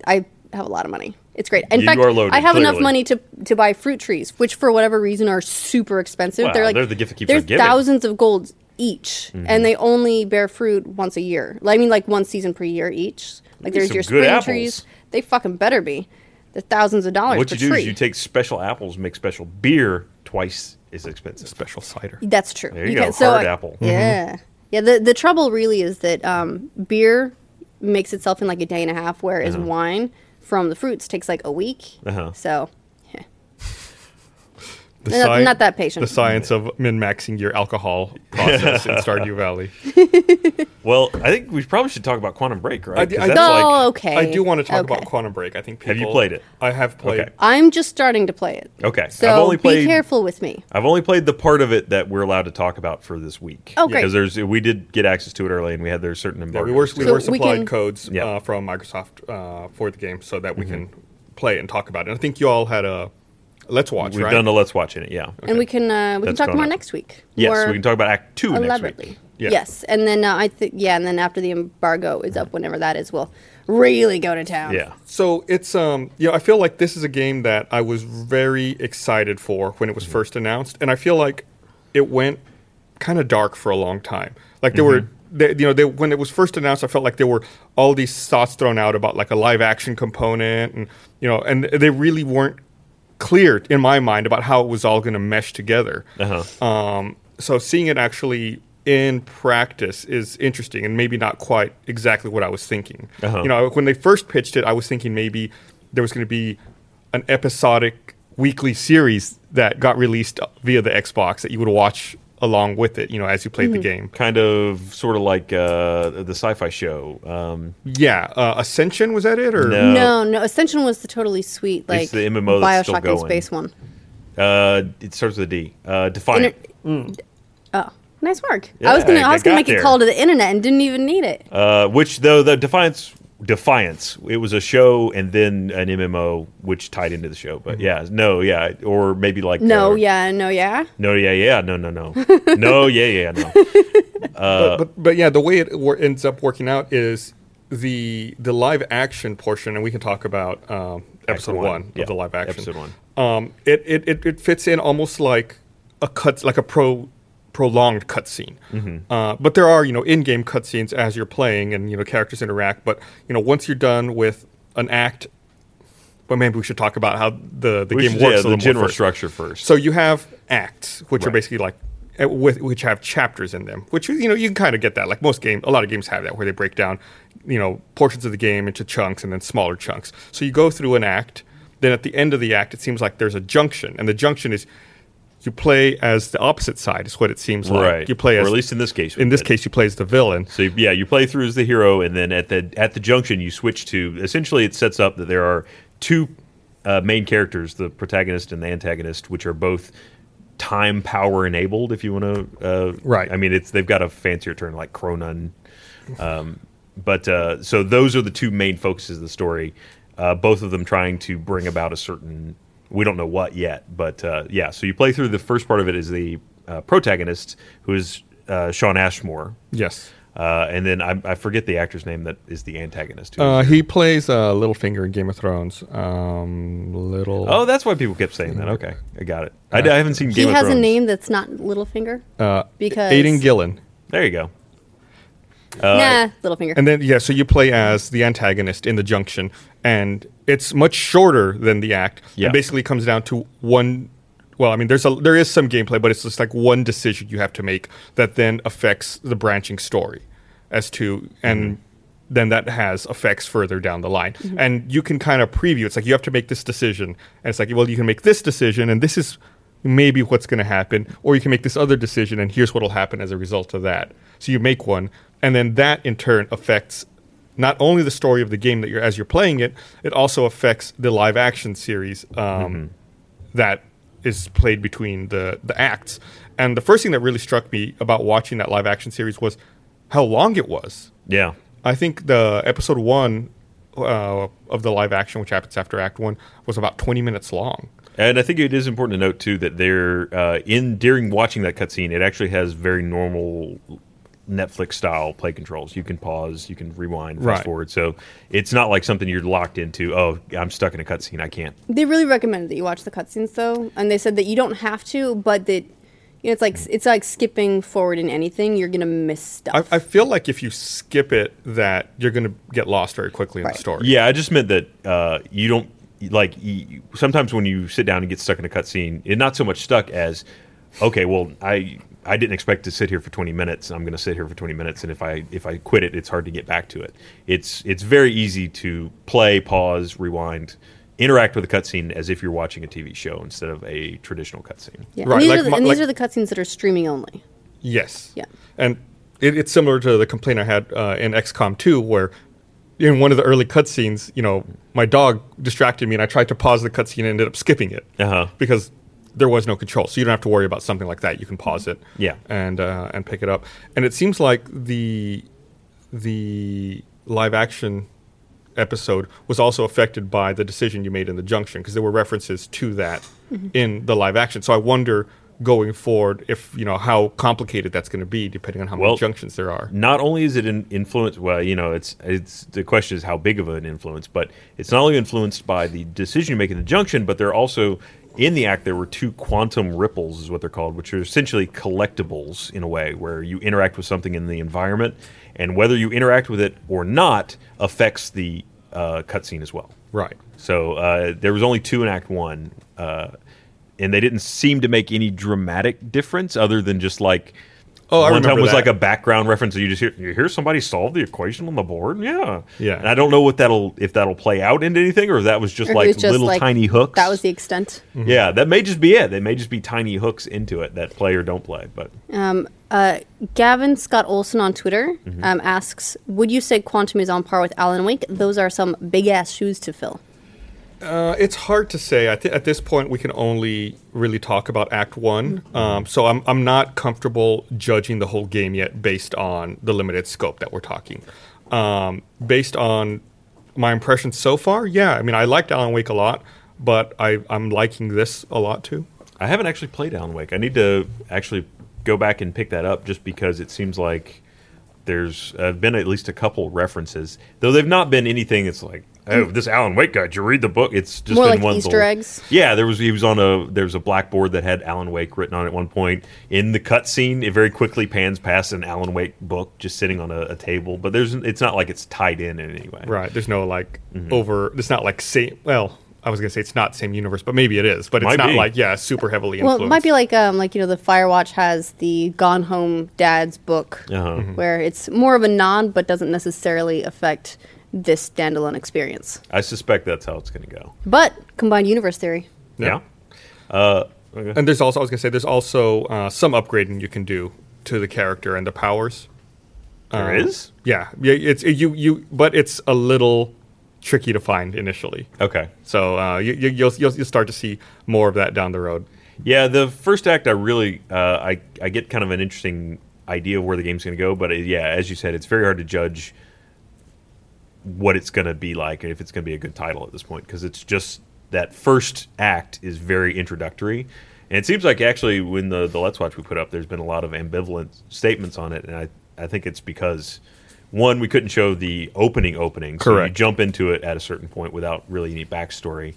I have a lot of money. It's great. In
You
fact,
are loaded,
I have enough
clearly.
money to to buy fruit trees, which for whatever reason are super expensive.
Well,
they're like
they're the gift that keeps
they're
on giving. Mm-hmm.
thousands of golds each, and they only bear fruit once a year. Like, I mean, like one season per year each. Like
These
there's
are
your
good
spring
apples.
trees. They fucking better be. They're thousands of dollars
what
per
you do
tree.
is you take special apples, make special beer twice as expensive.
Special cider.
That's true.
There you go, hard apple. Mm-hmm.
Yeah, yeah. The the trouble really is that um, beer makes itself in like a day and a half, whereas wine from the fruits takes like a week.
Uh-huh.
So, yeah.
The
No, no, not that patient.
The science of min-maxing your alcohol process in Stardew Valley.
Well, I think we probably should talk about Quantum Break, right?
I do-
'Cause
I
that's
do-
oh,
like,
okay.
I do want to talk about
Okay.
Quantum Break. I think people,
Have you played it?
I have played.
Okay.
I'm just starting to play it.
Okay,
So
I've only played.
be careful with me.
I've only played the part of it that we're allowed to talk about for this week.
Oh, great.
Because there's we did get access to it early, and we had there's certain
Yeah,
embargoes.
we were we
So
were
we
supplied
can-
codes
Yeah. Mm-hmm.
uh, from Microsoft uh, for the game so that we can play it and talk about it. And I think you all had a let's watch.
We've
right?
done a let's watch in it. Yeah.
And we can uh, we can
That's
talk
going
more
up.
next week.
Yes,
more
we can talk about Act Two next
elaborately.
week.
Yeah.
Yes, and then uh, I think yeah, and then after the embargo is up, whenever that is, we'll really go to town.
Mm-hmm. Yeah.
So it's um you know I feel like this is a game that I was very excited for when it was first announced, and I feel like it went kind of dark for a long time. Like there were. They, you know, they, when it was first announced, I felt like there were all these thoughts thrown out about like a live action component, and you know, and they really weren't clear in my mind about how it was all going to mesh together.
Uh-huh.
Um, so seeing it actually in practice is interesting and maybe not quite exactly what I was thinking.
Uh-huh.
You know, when they first pitched it, I was thinking maybe there was going to be an episodic weekly series that got released via the Xbox that you would watch along with it, you know, as you
Hmm.
played the game.
Kind of, sort of like uh, the sci-fi show. Um,
Yeah, uh, Ascension was that it or
No.
No, no. Ascension was the totally sweet, like
the MMO that's still
Bioshock in
going.
space one.
uh, it starts with a D. Uh, Defiant.
Inter- Oh, nice work! I was gonna,
Yeah, I
I was gonna
got
make
there.
a call to the internet and didn't even need it.
uh, which though the Defiance, Defiance. It was a show and then an MMO, which tied into the show.
Mm-hmm.
But yeah, no, yeah, or maybe like
no,
uh,
yeah, no, yeah.
no, yeah, yeah, no, no, no, no, yeah, yeah, no. Uh,
but, but but yeah, the way it wor- ends up working out is the the live action portion, and we can talk about um, episode
one.
one,
Yeah,
of the live action.
episode one.
Um, it, it, it it fits in almost like a cut like a pro prolonged cutscene.
Mm-hmm.
Uh, but there are you know in game cutscenes as you're playing, and you know characters interact. But you know once you're done with an act. But maybe we should talk about how the, the
We
game works.
should- yeah,
a little more
the general
first.
structure first.
So you have acts, which are
Right.
basically like uh, with which have chapters in them, which you know you can kind of get that. Like most game, a lot of games have that where they break down, you know, portions of the game into chunks and then smaller chunks. So you go through an act, then at the end of the act, it seems like there's a junction, and the junction is you play as the opposite side is what it seems like.
right,
You play
or
as
at least in this case. we
in this
did.
case you play as the villain.
So yeah, you play through as the hero, and then at the at the junction, you switch to. Essentially, it sets up that there are two uh, main characters, the protagonist and the antagonist, which are both time power enabled. If you want to, uh,
Right.
I mean, it's they've got a fancier term like Cronon. Um, but uh, so those are the two main focuses of the story. Uh, both of them trying to bring about a certain. We don't know what yet, but uh, yeah. So you play through the first part of it as the uh, protagonist, who is uh, Sean Ashmore,
Yes.
Uh, and then I, I forget the actor's name that is the antagonist. Who is-
Uh, he plays uh, Littlefinger in Game of Thrones. Um, little.
oh, that's why people kept saying that. Okay, I got it. I, I haven't seen Game
he
of
has
Thrones.
a name that's not Littlefinger.
uh,
because-
Aiden Gillen.
There you go.
nah, Littlefinger.
And then yeah, so you play as the antagonist in the junction, and it's much shorter than the act.
Yeah.
It basically comes down to one. Well, I mean, there's a there is some gameplay, but it's just like one decision you have to make that then affects the branching story, as to and then that has effects further down the line. And you can kind of preview. It's like you have to make this decision, and it's like well, you can make this decision, and this is maybe what's going to happen, or you can make this other decision, and here's what will happen as a result of that. So you make one, and then that in turn affects not only the story of the game that you're as you're playing it, it also affects the live action series um, that is played between the the acts. And the first thing that really struck me about watching that live action series was how long it was.
Yeah.
I think the episode one uh, of the live action, which happens after Act One, was about twenty minutes long.
And I think it is important to note too that they're uh, in during watching that cutscene, it actually has very normal Netflix style play controls. You can pause, you can rewind, fast
Right.
forward. So it's not like something you're locked into. Oh, I'm stuck in a cutscene. I can't.
They really recommended that you watch the cutscenes though, and they said that you don't have to, but that you know it's like it's like skipping forward in anything. You're gonna miss
I,
stuff.
I feel like if you skip it, that you're going to get lost very quickly in
Right.
the story.
Yeah, I just meant that uh, you don't like. You, you- sometimes when you sit down and get stuck in a cutscene, it's not so much stuck as, okay, well, I I didn't expect to sit here for twenty minutes. I'm going to sit here for twenty minutes, and if I if I quit it, it's hard to get back to it. It's it's very easy to play, pause, rewind, interact with a cutscene as if you're watching a TV show instead of a traditional cutscene.
yeah.
Right,
and these,
like
are the,
my-
and these
like-
are the cutscenes that are streaming only.
Yes.
Yeah.
And it, it's similar to the complaint I had uh, in XCOM 2, where in one of the early cutscenes, you know, my dog distracted me, and I tried to pause the cutscene and ended up skipping it
Uh-huh.
because there was no control. So you don't have to worry about something like that. You can pause it.
Yeah.
And uh, and pick it up. And it seems like the the live action episode was also affected by the decision you made in the junction because there were references to that in the live action. So I wonder going forward if you know how complicated that's going to be depending on how
Well-
many junctions there are.
not only is it an influence well you know it's it's the question is how big of an influence but it's not only influenced by the decision you make in the junction but there are also in the act there were two quantum ripples is what they're called which are essentially collectibles in a way where you interact with something in the environment and whether you interact with it or not affects the uh, cutscene as well
Right.
so uh, there was only two in Act One, uh, and they didn't seem to make any dramatic difference other than just like.
Oh, I
one
remember
time was
that.
like a background reference. You just hear you hear somebody solve the equation on the board. Yeah,
Yeah.
And I don't know what that'll if that'll play out into anything or if that was just
Or if it
like
was just,
little
like,
tiny hooks.
That was the extent.
yeah. That may just be it. They may just be tiny hooks into it that play or don't play. But
Um, uh, Gavin Scott Olson on Twitter um, asks, "Would you say Quantum is on par with Alan Wake? Those are some big ass shoes to fill."
Uh, it's hard to say. I thi- at this point, we can only really talk about Act One.
Mm-hmm.
Um, so I'm I'm not comfortable judging the whole game yet based on the limited scope that we're talking. Um, based on my impressions so far, yeah. I mean, I liked Alan Wake a lot, but I I'm liking this a lot too.
I haven't actually played Alan Wake. I need to actually go back and pick that up just because it seems like there's uh, been at least a couple references, though they've not been anything that's like, oh, this Alan Wake guy. Did you read the book? It's
Mm.
just
More
been
like
one
Easter
little-
eggs?
Yeah, there was he was on a there was a blackboard that had Alan Wake written on it at one point. In the cutscene, it very quickly pans past an Alan Wake book just sitting on a, a table, but there's it's not like it's tied in in any way.
Right. There's no like
Mm-hmm.
over. It's not like same. Well, I was gonna say it's not same universe, but maybe it is. But it's
Might
not
be.
like yeah, super heavily
Well,
influenced.
it might be like um, like you know, the Firewatch has the Gone Home Dad's book,
Uh-huh.
where it's more of a nod, but doesn't necessarily affect this standalone experience.
I suspect that's how it's going to go.
But combined universe theory.
Yeah.
Yeah.
Uh, okay.
And there's also, I was going to say, there's also uh, some upgrading you can do to the character and the powers.
There is?
Yeah, yeah. It's you, you, but it's a little tricky to find initially.
Okay.
So uh, you, you, you'll, you'll you'll start to see more of that down the road.
Yeah, the first act, I really, uh, I, I get kind of an interesting idea of where the game's going to go. But uh yeah, as you said, it's very hard to judge what it's going to be like and if it's going to be a good title at this point because it's just that first act is very introductory. And it seems like actually when the, the Let's Watch we put up, there's been a lot of ambivalent statements on it, and I I think it's because one, we couldn't show the opening opening, so you
Correct.
jump into it at a certain point without really any backstory,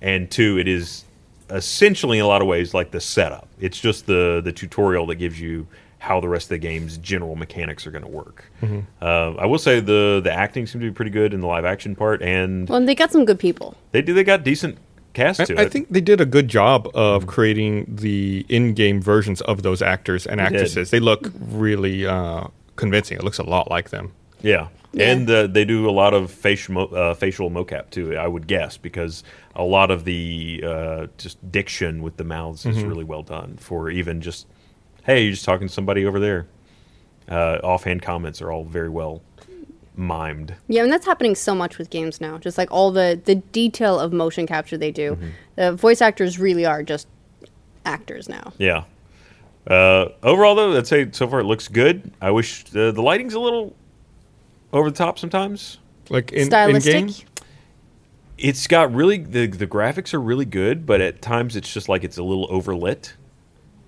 and two, it is essentially in a lot of ways like the setup. It's just the the tutorial that gives you how the rest of the game's general mechanics are going to work.
Mm-hmm.
Uh, I will say the the acting seemed to be pretty good in the live action part, and
Well, they got some good people.
they do they got decent cast to
I, I
it.
think they did a good job of creating the in-game versions of those actors and
did.
actresses. They look really uh, convincing. It looks a lot like them.
Yeah.
Yeah.
And uh, they do a lot of facial mo- uh, facial mocap too, I would guess, because a lot of the uh, just diction with the mouths is really well done. For even just, hey, you're just talking to somebody over there. Uh, offhand comments are all very well mimed.
Yeah, and that's happening so much with games now. Just like all the the detail of motion capture they do, the voice actors really are just actors now.
Yeah. Uh, overall, though, I'd say so far it looks good. I wish uh, the lighting's a little over the top sometimes.
Like in,
Stylistic.
in-game?
it's got really the the graphics are really good, but at times it's just like it's a little overlit,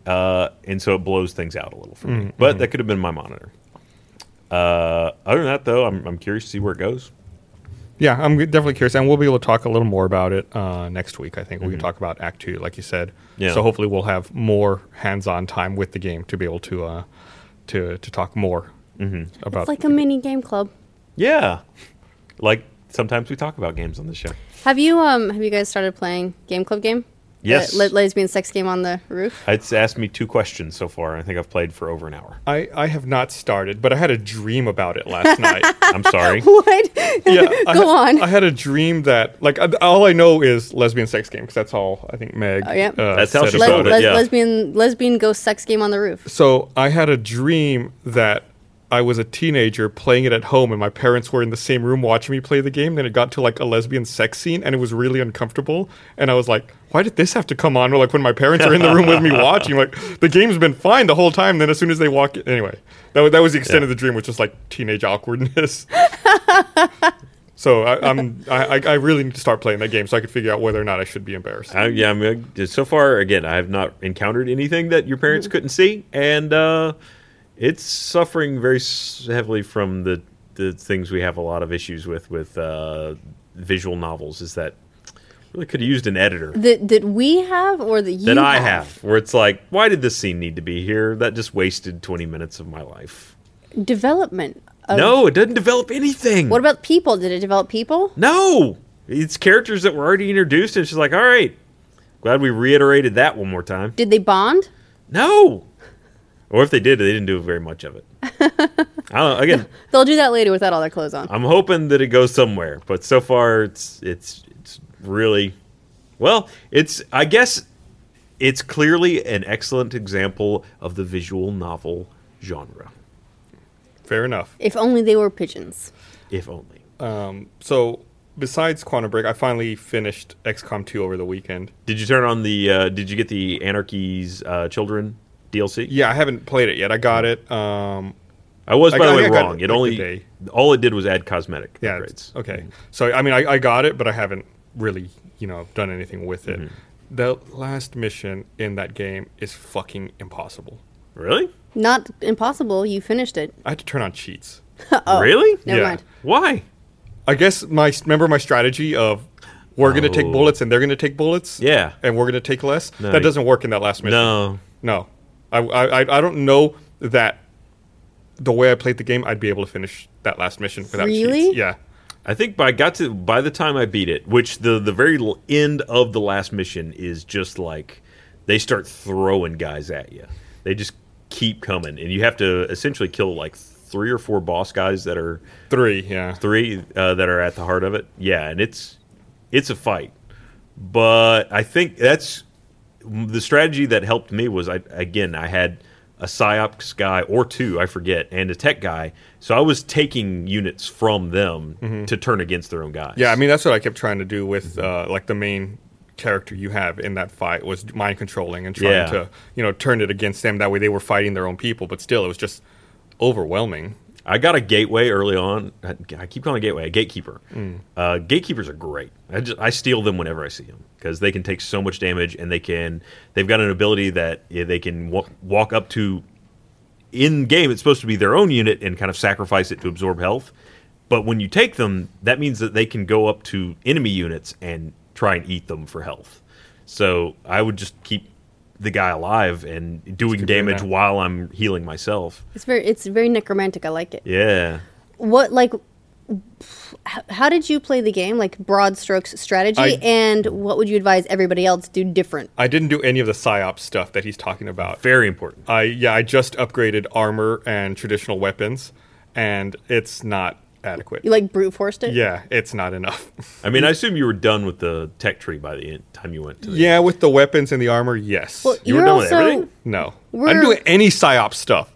uh, and so it blows things out a little for me. But that could have been my monitor. Uh, other than that, though, I'm I'm curious to see where it goes.
Yeah, I'm definitely curious, and we'll be able to talk a little more about it uh, next week. I think we can talk about Act Two, like you said.
Mm-hmm. Yeah.
So hopefully, we'll have more hands-on time with the game to be able to uh, to to talk more about.
Mm-hmm.
It's like a mini game club.
Yeah, like sometimes we talk about games on the show.
Have you um have you guys started playing game club game?
Yes.
The le- lesbian sex game on the roof.
It's asked me two questions so far. and I think I've played for over an hour.
I I have not started, but I had a dream about it last night.
I'm sorry.
What?
yeah,
Go
I, had-
on.
I had a dream that like I, all I know is lesbian sex game because that's all I think Meg. uh,
Oh, yeah.
That's how
said
she
about
Le-
sold it,
it.
les-
yeah.
Lesbian lesbian ghost sex game on the roof.
So I had a dream that I was a teenager playing it at home, and my parents were in the same room watching me play the game. Then it got to like a lesbian sex scene, and it was really uncomfortable. And I was like, "Why did this have to come on?" Well, like when my parents are in the room with me watching, like the game's been fine the whole time. Then as soon as they walk, anyway, that was, that was the extent
Yeah.
of the dream, which was like teenage awkwardness. so I, I'm I, I- I really need to start playing that game so I could figure out whether or not I should be embarrassed.
I, yeah, I mean, I- so far, again, I have not encountered anything that your parents
Mm-hmm.
couldn't see, and uh, it's suffering very s- heavily from the the things we have a lot of issues with with uh, visual novels. Is that really could have used an editor
That that we have or that you
that I have, where it's like, why did this scene need to be here? That just wasted twenty minutes of my life.
development. Of,
No, it doesn't develop anything.
Oh. What about people? Did it develop people?
No, it's characters that were already introduced, and she's like, all right, glad we reiterated that one more time.
Did they bond?
No. Or if they did, they didn't do very much of it. I don't know. Again,
They'll do that later without all their clothes on.
I'm hoping that it goes somewhere, but so far it's it's it's really well, it's I guess it's clearly an excellent example of the visual novel genre,
Fair enough.
If only they were pigeons.
if only.
Um, so besides Quantum Break, I finally finished XCOM 2 over the weekend.
Did you turn on the uh, did you get the Anarchy's uh, Children DLC?
Yeah, I haven't played it yet. I got it. Um,
I was
I
by
got-
the way
I got
wrong.
it,
It
like,
only
today.
all it did was add cosmetic
yeah,
upgrades. Mm-hmm.
it's, okay. So I mean, I, I got it, but I haven't really, you know, done anything with it.
Mm-hmm.
The last mission in that game is fucking impossible.
Really?
Not impossible. You finished it.
I had to turn on cheats.
Really?
Never
Yeah.
mind.
Why?
I guess my remember my strategy of we're going to take
Oh.
bullets and they're going to take bullets.
Yeah.
and we're going to take less.
No,
that
you-
doesn't work in that last mission.
No.
No, I, I, I- I don't know that the way I played the game, I'd be able to finish that last mission without
Really?
cheats. Yeah,
I think by I got to by the time I beat it, which the the very l- end of the last mission is just like they start throwing guys at you. They just keep coming, and you have to essentially kill like three or four boss guys that are
three. Yeah,
three uh, that are at the heart of it. Yeah, and it's it's a fight, but I think that's the strategy that helped me was I again I had a psyops guy or two I forget and a tech guy, so I was taking units from them to turn against their own guys.
Mm-hmm. yeah. I mean, that's what I kept trying to do with uh, like the main character you have in that fight was mind controlling and trying
Yeah.
to you know turn it against them. That way, they were fighting their own people, but still, it was just overwhelming.
I got a gateway early on. I, I keep calling it gateway a gatekeeper.
Mm.
Uh, gatekeepers are great. I just I steal them whenever I see them because they can take so much damage and they can. They've got an ability that yeah, they can wa- walk up to in game, it's supposed to be their own unit and kind of sacrifice it to absorb health. But when you take them, that means that they can go up to enemy units and try and eat them for health. So I would just keep the guy alive and doing
keep doing
damage
that.
while I'm healing myself.
It's very it's very necromantic. I like it.
Yeah.
What like h- how did you play the game? Like broad strokes strategy
I-
and what would you advise everybody else do different?
I didn't do any of the psyop stuff that he's talking about.
Very important.
I yeah, I just upgraded armor and traditional weapons, and it's not adequate.
You like brute forced it?
Yeah, it's not enough.
I mean, I assume you were done with the tech tree by the en- time you went to the.
yeah, with the weapons and the armor, yes.
Well,
You were
you're
done with
also-
everything?
no,
We're-
I'm doing any psyop stuff.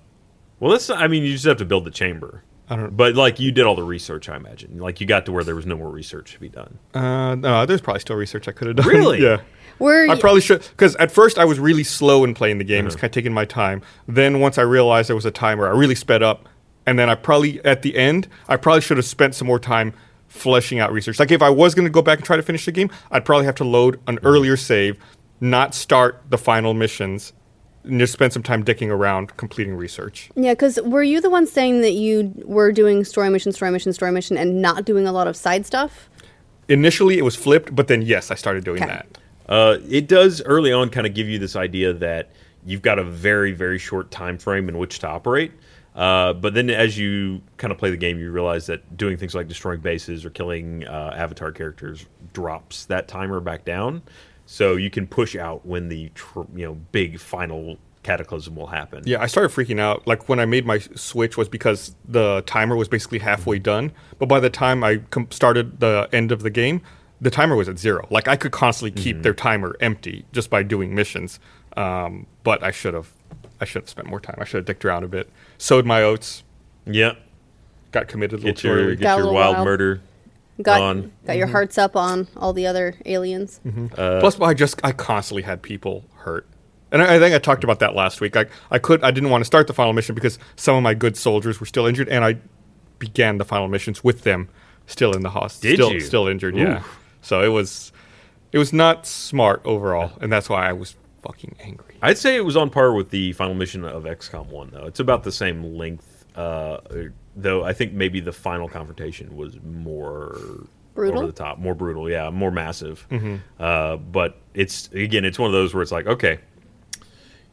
Well, that's not, I mean, you just have to build the chamber. I
don't-
But like you did all the research, I imagine. Like you got to where there was no more research to be done.
Uh, no, there's probably still research I could have done.
Really?
yeah.
Were
I
y-
probably should because at first I was really slow in playing the game. It's kind of taking my time. Then once I realized there was a timer, I really sped up. And then I probably at the end, I probably should have spent some more time fleshing out research. Like if I was going to go back and try to finish the game, I'd probably have to load an earlier save, not start the final missions, and just spend some time dicking around completing research.
Yeah, because were you the one saying that you were doing story mission, story mission, story mission, and not doing a lot of side stuff?
Initially, it was flipped, but then yes, I started doing
Okay.
that.
Uh, it does early on kind of give you this idea that you've got a very very short time frame in which to operate. Uh, but then as you kind of play the game, you realize that doing things like destroying bases or killing uh, avatar characters drops that timer back down, so you can push out when the tr- you know big final cataclysm will happen.
Yeah, I started freaking out. Like when I made my switch was because the timer was basically halfway done. But by the time I com- started the end of the game, the timer was at zero. Like I could constantly
Mm-hmm.
keep their timer empty just by doing missions. Um, but I should have, I should have spent more time. I should have dicked around a bit. Sowed my oats.
yeah.
Got committed a little
Get
too
your
early.
Got
get
a
your
little
wild
wild.
murder.
Got
On.
got your hearts up on all the other aliens.
Mm-hmm.
Uh,
Plus, I just I constantly had people hurt, and I, I think I talked about that last week. I I could I didn't want to start the final mission because some of my good soldiers were still injured, and I began the final missions with them still in the hospital,
Did
still
you?
still injured. Yeah,
Oof.
so it was it was not smart overall, and that's why I was fucking angry.
I'd say it was on par with the final mission of XCOM 1, though. It's about the same length, uh, though I think maybe the final confrontation was more
Brutal? Mm-hmm.
over the top, more brutal, yeah, more massive. Uh, but it's, again, it's one of those where it's like, okay,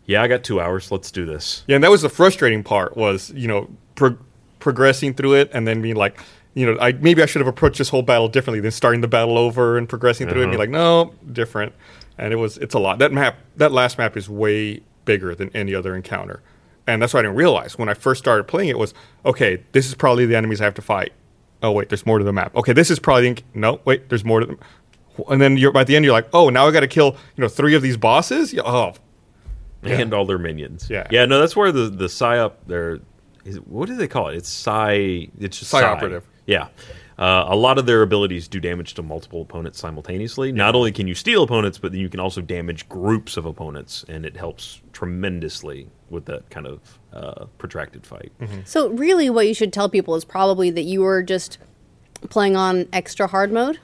yeah, I got two hours. Let's do this.
Yeah, and that was the frustrating part was you know pro- progressing through it and then being like. You know, I maybe I should have approached this whole battle differently than starting the battle over and progressing through it. And be
Uh-huh.
like, no, different. And it was it's a lot. That map, that last map is way bigger than any other encounter, and that's what I didn't realize when I first started playing. It was okay. This is probably the enemies I have to fight. Oh wait, there's more to the map. Okay, this is probably the enc- no. Wait, there's more to them. And then you're by the end, you're like, oh, now I got to kill you know three of these bosses. Yeah, Oh,
And all their minions.
Yeah.
Yeah, no, that's where the, the PSYOP, their, is, what do they call it? It's Psy, it's just
Psy
Psy.
operative.
Yeah. Uh, a lot of their abilities do damage to multiple opponents simultaneously. Not only can you steal opponents, but then you can also damage groups of opponents, and it helps tremendously with that kind of uh, protracted fight.
Mm-hmm.
So really, what you should tell people is probably that you were just playing on extra hard mode.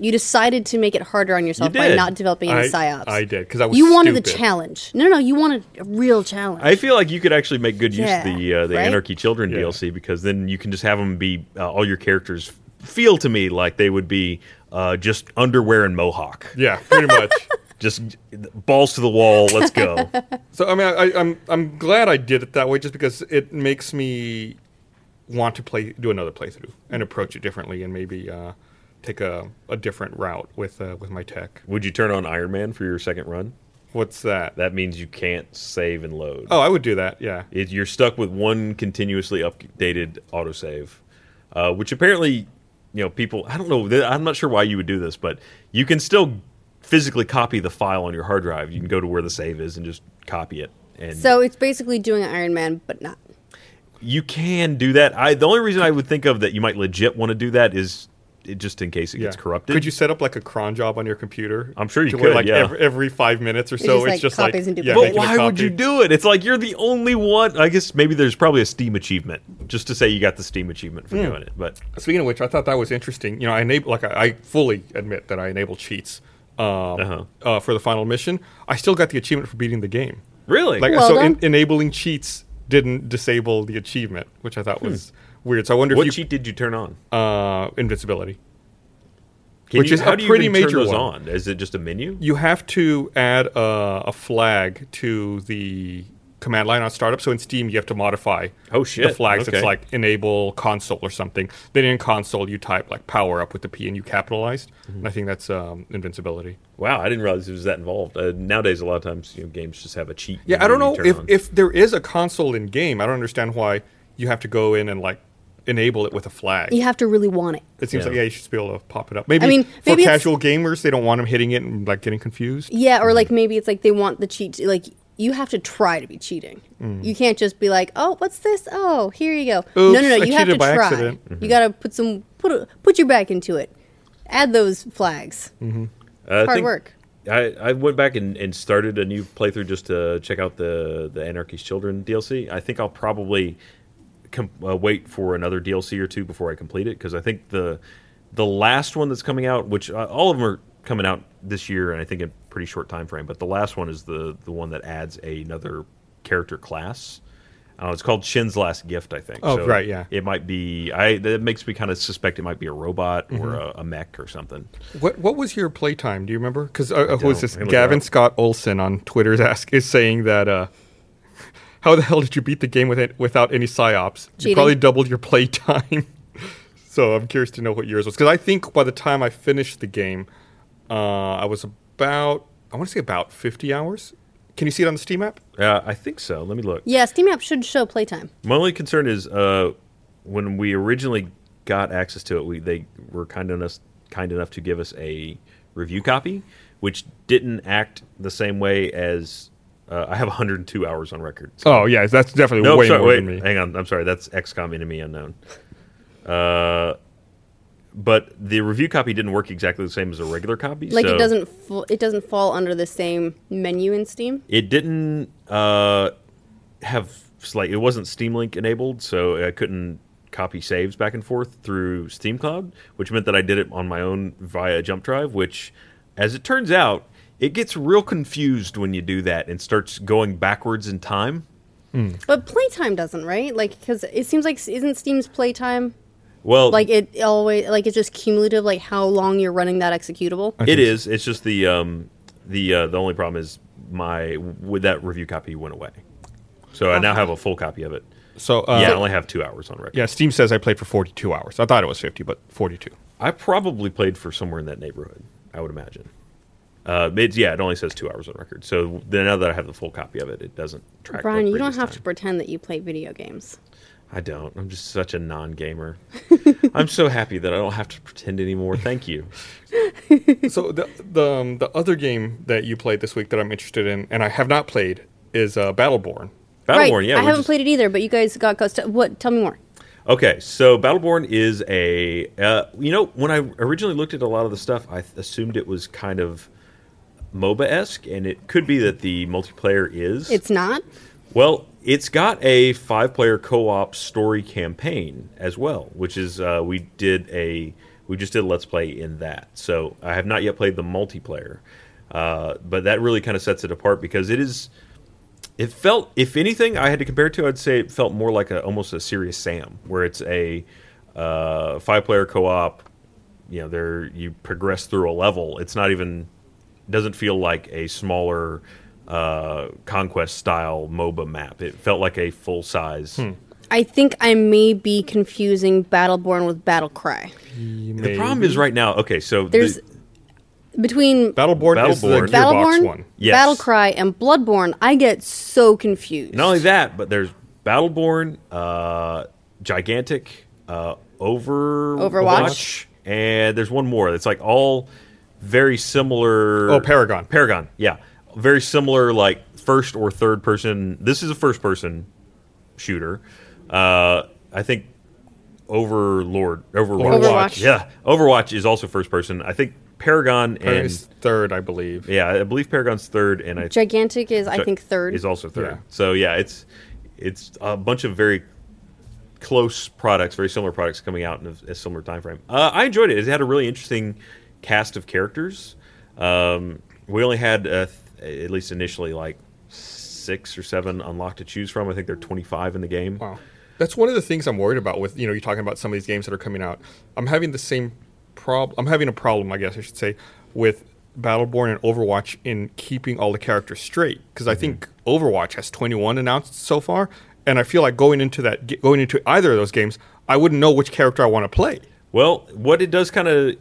You decided to make it harder on yourself by
did.
not developing any
I-
psyops.
I did, 'cause I was
You wanted the
stupid.
challenge. No, no, no, you wanted a real challenge.
I feel like you could actually make good use of the
Yeah,
uh, the
right?
Anarchy Children DLC because then you can just have them be uh, all your characters feel to me like they would be uh, just underwear and mohawk,
yeah, pretty much.
just balls to the wall. Let's go.
So I mean, I, I, I'm I'm glad I did it that way, just because it makes me want to play, do another playthrough, and approach it differently, and maybe uh, take a, a different route with uh, with my tech.
Would you turn on Iron Man for your second run?
What's that?
That means you can't save and load.
Oh, I would do that. Yeah.
It, you're stuck with one continuously updated autosave, uh, which apparently, you know, people. I don't know. th- I'm not sure why you would do this, but you can still physically copy the file on your hard drive. You can go to where the save is and just copy it. And
so it's basically doing an Iron Man, but not.
you can do that. I the only reason I would think of that you might legit want to do that is it, just in case it
Yeah.
gets corrupted.
Could you set up like a cron job on your computer?
I'm sure you
to where,
could,
like
yeah.
every, every five minutes or so,
just,
it's
like,
just like
copies and
yeah,
duplicates.
making
But
a
why would
copy.
you do it? It's like you're the only one. I guess maybe there's probably a Steam achievement just to say you got the Steam achievement
Hmm.
for doing it. But
Speaking of which, I thought that was interesting. You know, I enable like I, I fully admit that I enable cheats um,
Uh-huh.
uh, for the final mission. I still got the achievement for beating the game.
really,
Like
Well
so, en-
done.
enabling cheats didn't disable the achievement, which I thought was weird. So I wonder
Hmm. What
if you
cheat did you turn on?
uh, invincibility.
Can
which
you,
is a
how do you
pretty
even turn
major
those
one.
on? Is it just a menu?
You have to add a, a flag to the command line on startup. So in Steam, you have to modify
Oh,
the
shit.
flags.
Okay.
It's like enable console or something. Then in console, you type like power up with the P and you capitalized.
Mm-hmm.
And I think that's um, invincibility.
Wow, I didn't realize it was that involved. Uh, nowadays, a lot of times you know, games just have a cheat.
Yeah, I
menu
don't
you
know
turn
if,
on.
if there is a console in game. I don't understand why you have to go in and like enable it with a flag.
You have to really want it.
It seems
Yeah.
like yeah, you should be able to pop it up. Maybe,
mean, maybe
for
it's-
casual gamers, they don't want them hitting it and like getting confused.
Yeah, or like maybe it's like they want the cheat. Like you have to try to be cheating.
Mm.
You can't just be like, "Oh, what's this? Oh, here you go." no,
Oops,
no, no.
I
You have
cheated
to
by
try.
accident.
You got to put some put a- put your back into it. Add those flags.
Mm.
Uh, I
Hard
think
work.
I, I went back and, and started a new playthrough just to check out the the Anarchy's Children DLC. I think I'll probably com- uh, wait for another DLC or two before I complete it because I think the the last one that's coming out, which uh, all of them are coming out this year, and I think in a pretty short time frame. But the last one is the the one that adds another character class. Uh, it's called Shin's Last Gift, I think.
Oh, right, yeah.
It might be. I that makes me kind of suspect it might be a robot or
Mm-hmm.
a, a mech or something.
What what was your playtime? Do you remember? Because uh, uh, who is
don't.
this?
I looked it
Gavin
up.
Scott Olson on Twitter is ask is saying that. Uh, how the hell did you beat the game with it without any psyops? You
Cheating.
probably doubled your playtime. so I'm curious to know what yours was because I think by the time I finished the game, uh, I was about I want to say about 50 hours. Can you see it on the Steam app?
Uh, I think so. Let me look.
Yeah, Steam app should show playtime.
My only concern is uh, when we originally got access to it, we they were kind enough kind enough to give us a review copy, which didn't act the same way as uh, I have 102 hours on record. So-
Oh yeah, that's definitely
no,
way
I'm sorry,
more
wait,
than me.
hang on. I'm sorry. That's XCOM Enemy Unknown. Uh, but the review copy didn't work exactly the same as a regular copy.
Like
so
it doesn't fu- it doesn't fall under the same menu in Steam.
It didn't uh, have like it wasn't Steam Link enabled, so I couldn't copy saves back and forth through Steam Cloud, which meant that I did it on my own via Jump Drive. Which, as it turns out, it gets real confused when you do that and starts going backwards in time.
But playtime doesn't, right? Like cuz it seems like isn't Steam's playtime
Well,
like it always like it's just cumulative like how long you're running that executable?
it is. It's just the um, the uh, the only problem is my with that review copy went away, so I now have a full copy of it.
So uh,
yeah, I
yeah,
only have two hours on record.
Steam says I played for 42 hours. I thought it was 50, but 42.
I probably played for somewhere in that neighborhood. I would imagine. Uh, it's, yeah, it only says two hours on record. So then now that I have the full copy of it, it doesn't track.
Brian,
the
you don't
previous
have
time.
to pretend that you play video games.
I don't. I'm just such a non-gamer. I'm so happy that I don't have to pretend anymore. Thank you.
so the the, um, the other game that you played this week that I'm interested in and I have not played is uh, Battleborn.
Battleborn.
right.
yeah,
I
we
haven't
just-
played it either, but you guys got ghost. What? Tell me more.
Okay, so Battleborn is a uh, you know when I originally looked at a lot of the stuff, I th- assumed it was kind of MOBA esque, and it could be that the multiplayer is.
It's not.
Well, it's got a five-player co-op story campaign as well, which is uh, we did a we just did a let's play in that. So I have not yet played the multiplayer, uh, but that really kind of sets it apart because it is. It felt, if anything, I had to compare it to. I'd say it felt more like a almost a serious Sam, where it's a uh, five-player co-op. You know, there you progress through a level. It's not even doesn't feel like a smaller uh, conquest style MOBA map. It felt like a full size.
I think I may be confusing Battleborn with Battlecry.
The problem is right now. Okay, so
There's
the,
between
Battleborn, is the
Battleborn.
Gearbox
Battleborn,
one.
Yes.
Battlecry, and Bloodborne. I get so confused.
not only that, but there's Battleborn, uh, Gigantic, uh, Over
Overwatch.
and there's one more. It's like all very similar.
Oh, Paragon.
Paragon, yeah, very similar. Like first or third person. This is a first person shooter. Uh, I think Overlord, Overwatch.
Overwatch.
yeah, Overwatch is also first person. I think Paragon
Paragon
and
is third, I believe.
yeah, I believe Paragon's third, and I
Gigantic is, I think, third.
is also third.
Yeah.
So yeah, it's it's a bunch of very close products, very similar products coming out in a, a similar time frame. Uh, I enjoyed it. It had a really interesting cast of characters. Um, we only had, uh, th- at least initially, like six or seven unlocked to choose from. I think they're 25 in the game.
Wow. That's one of the things I'm worried about with, you know, you're talking about some of these games that are coming out. I'm having the same problem. I'm having a problem, I guess I should say, with Battleborn and Overwatch in keeping all the characters straight because
Mm-hmm.
I think Overwatch has 21 announced so far, and I feel like going into that, ge- going into either of those games, I wouldn't know which character I want to play.
Well, what it does kind of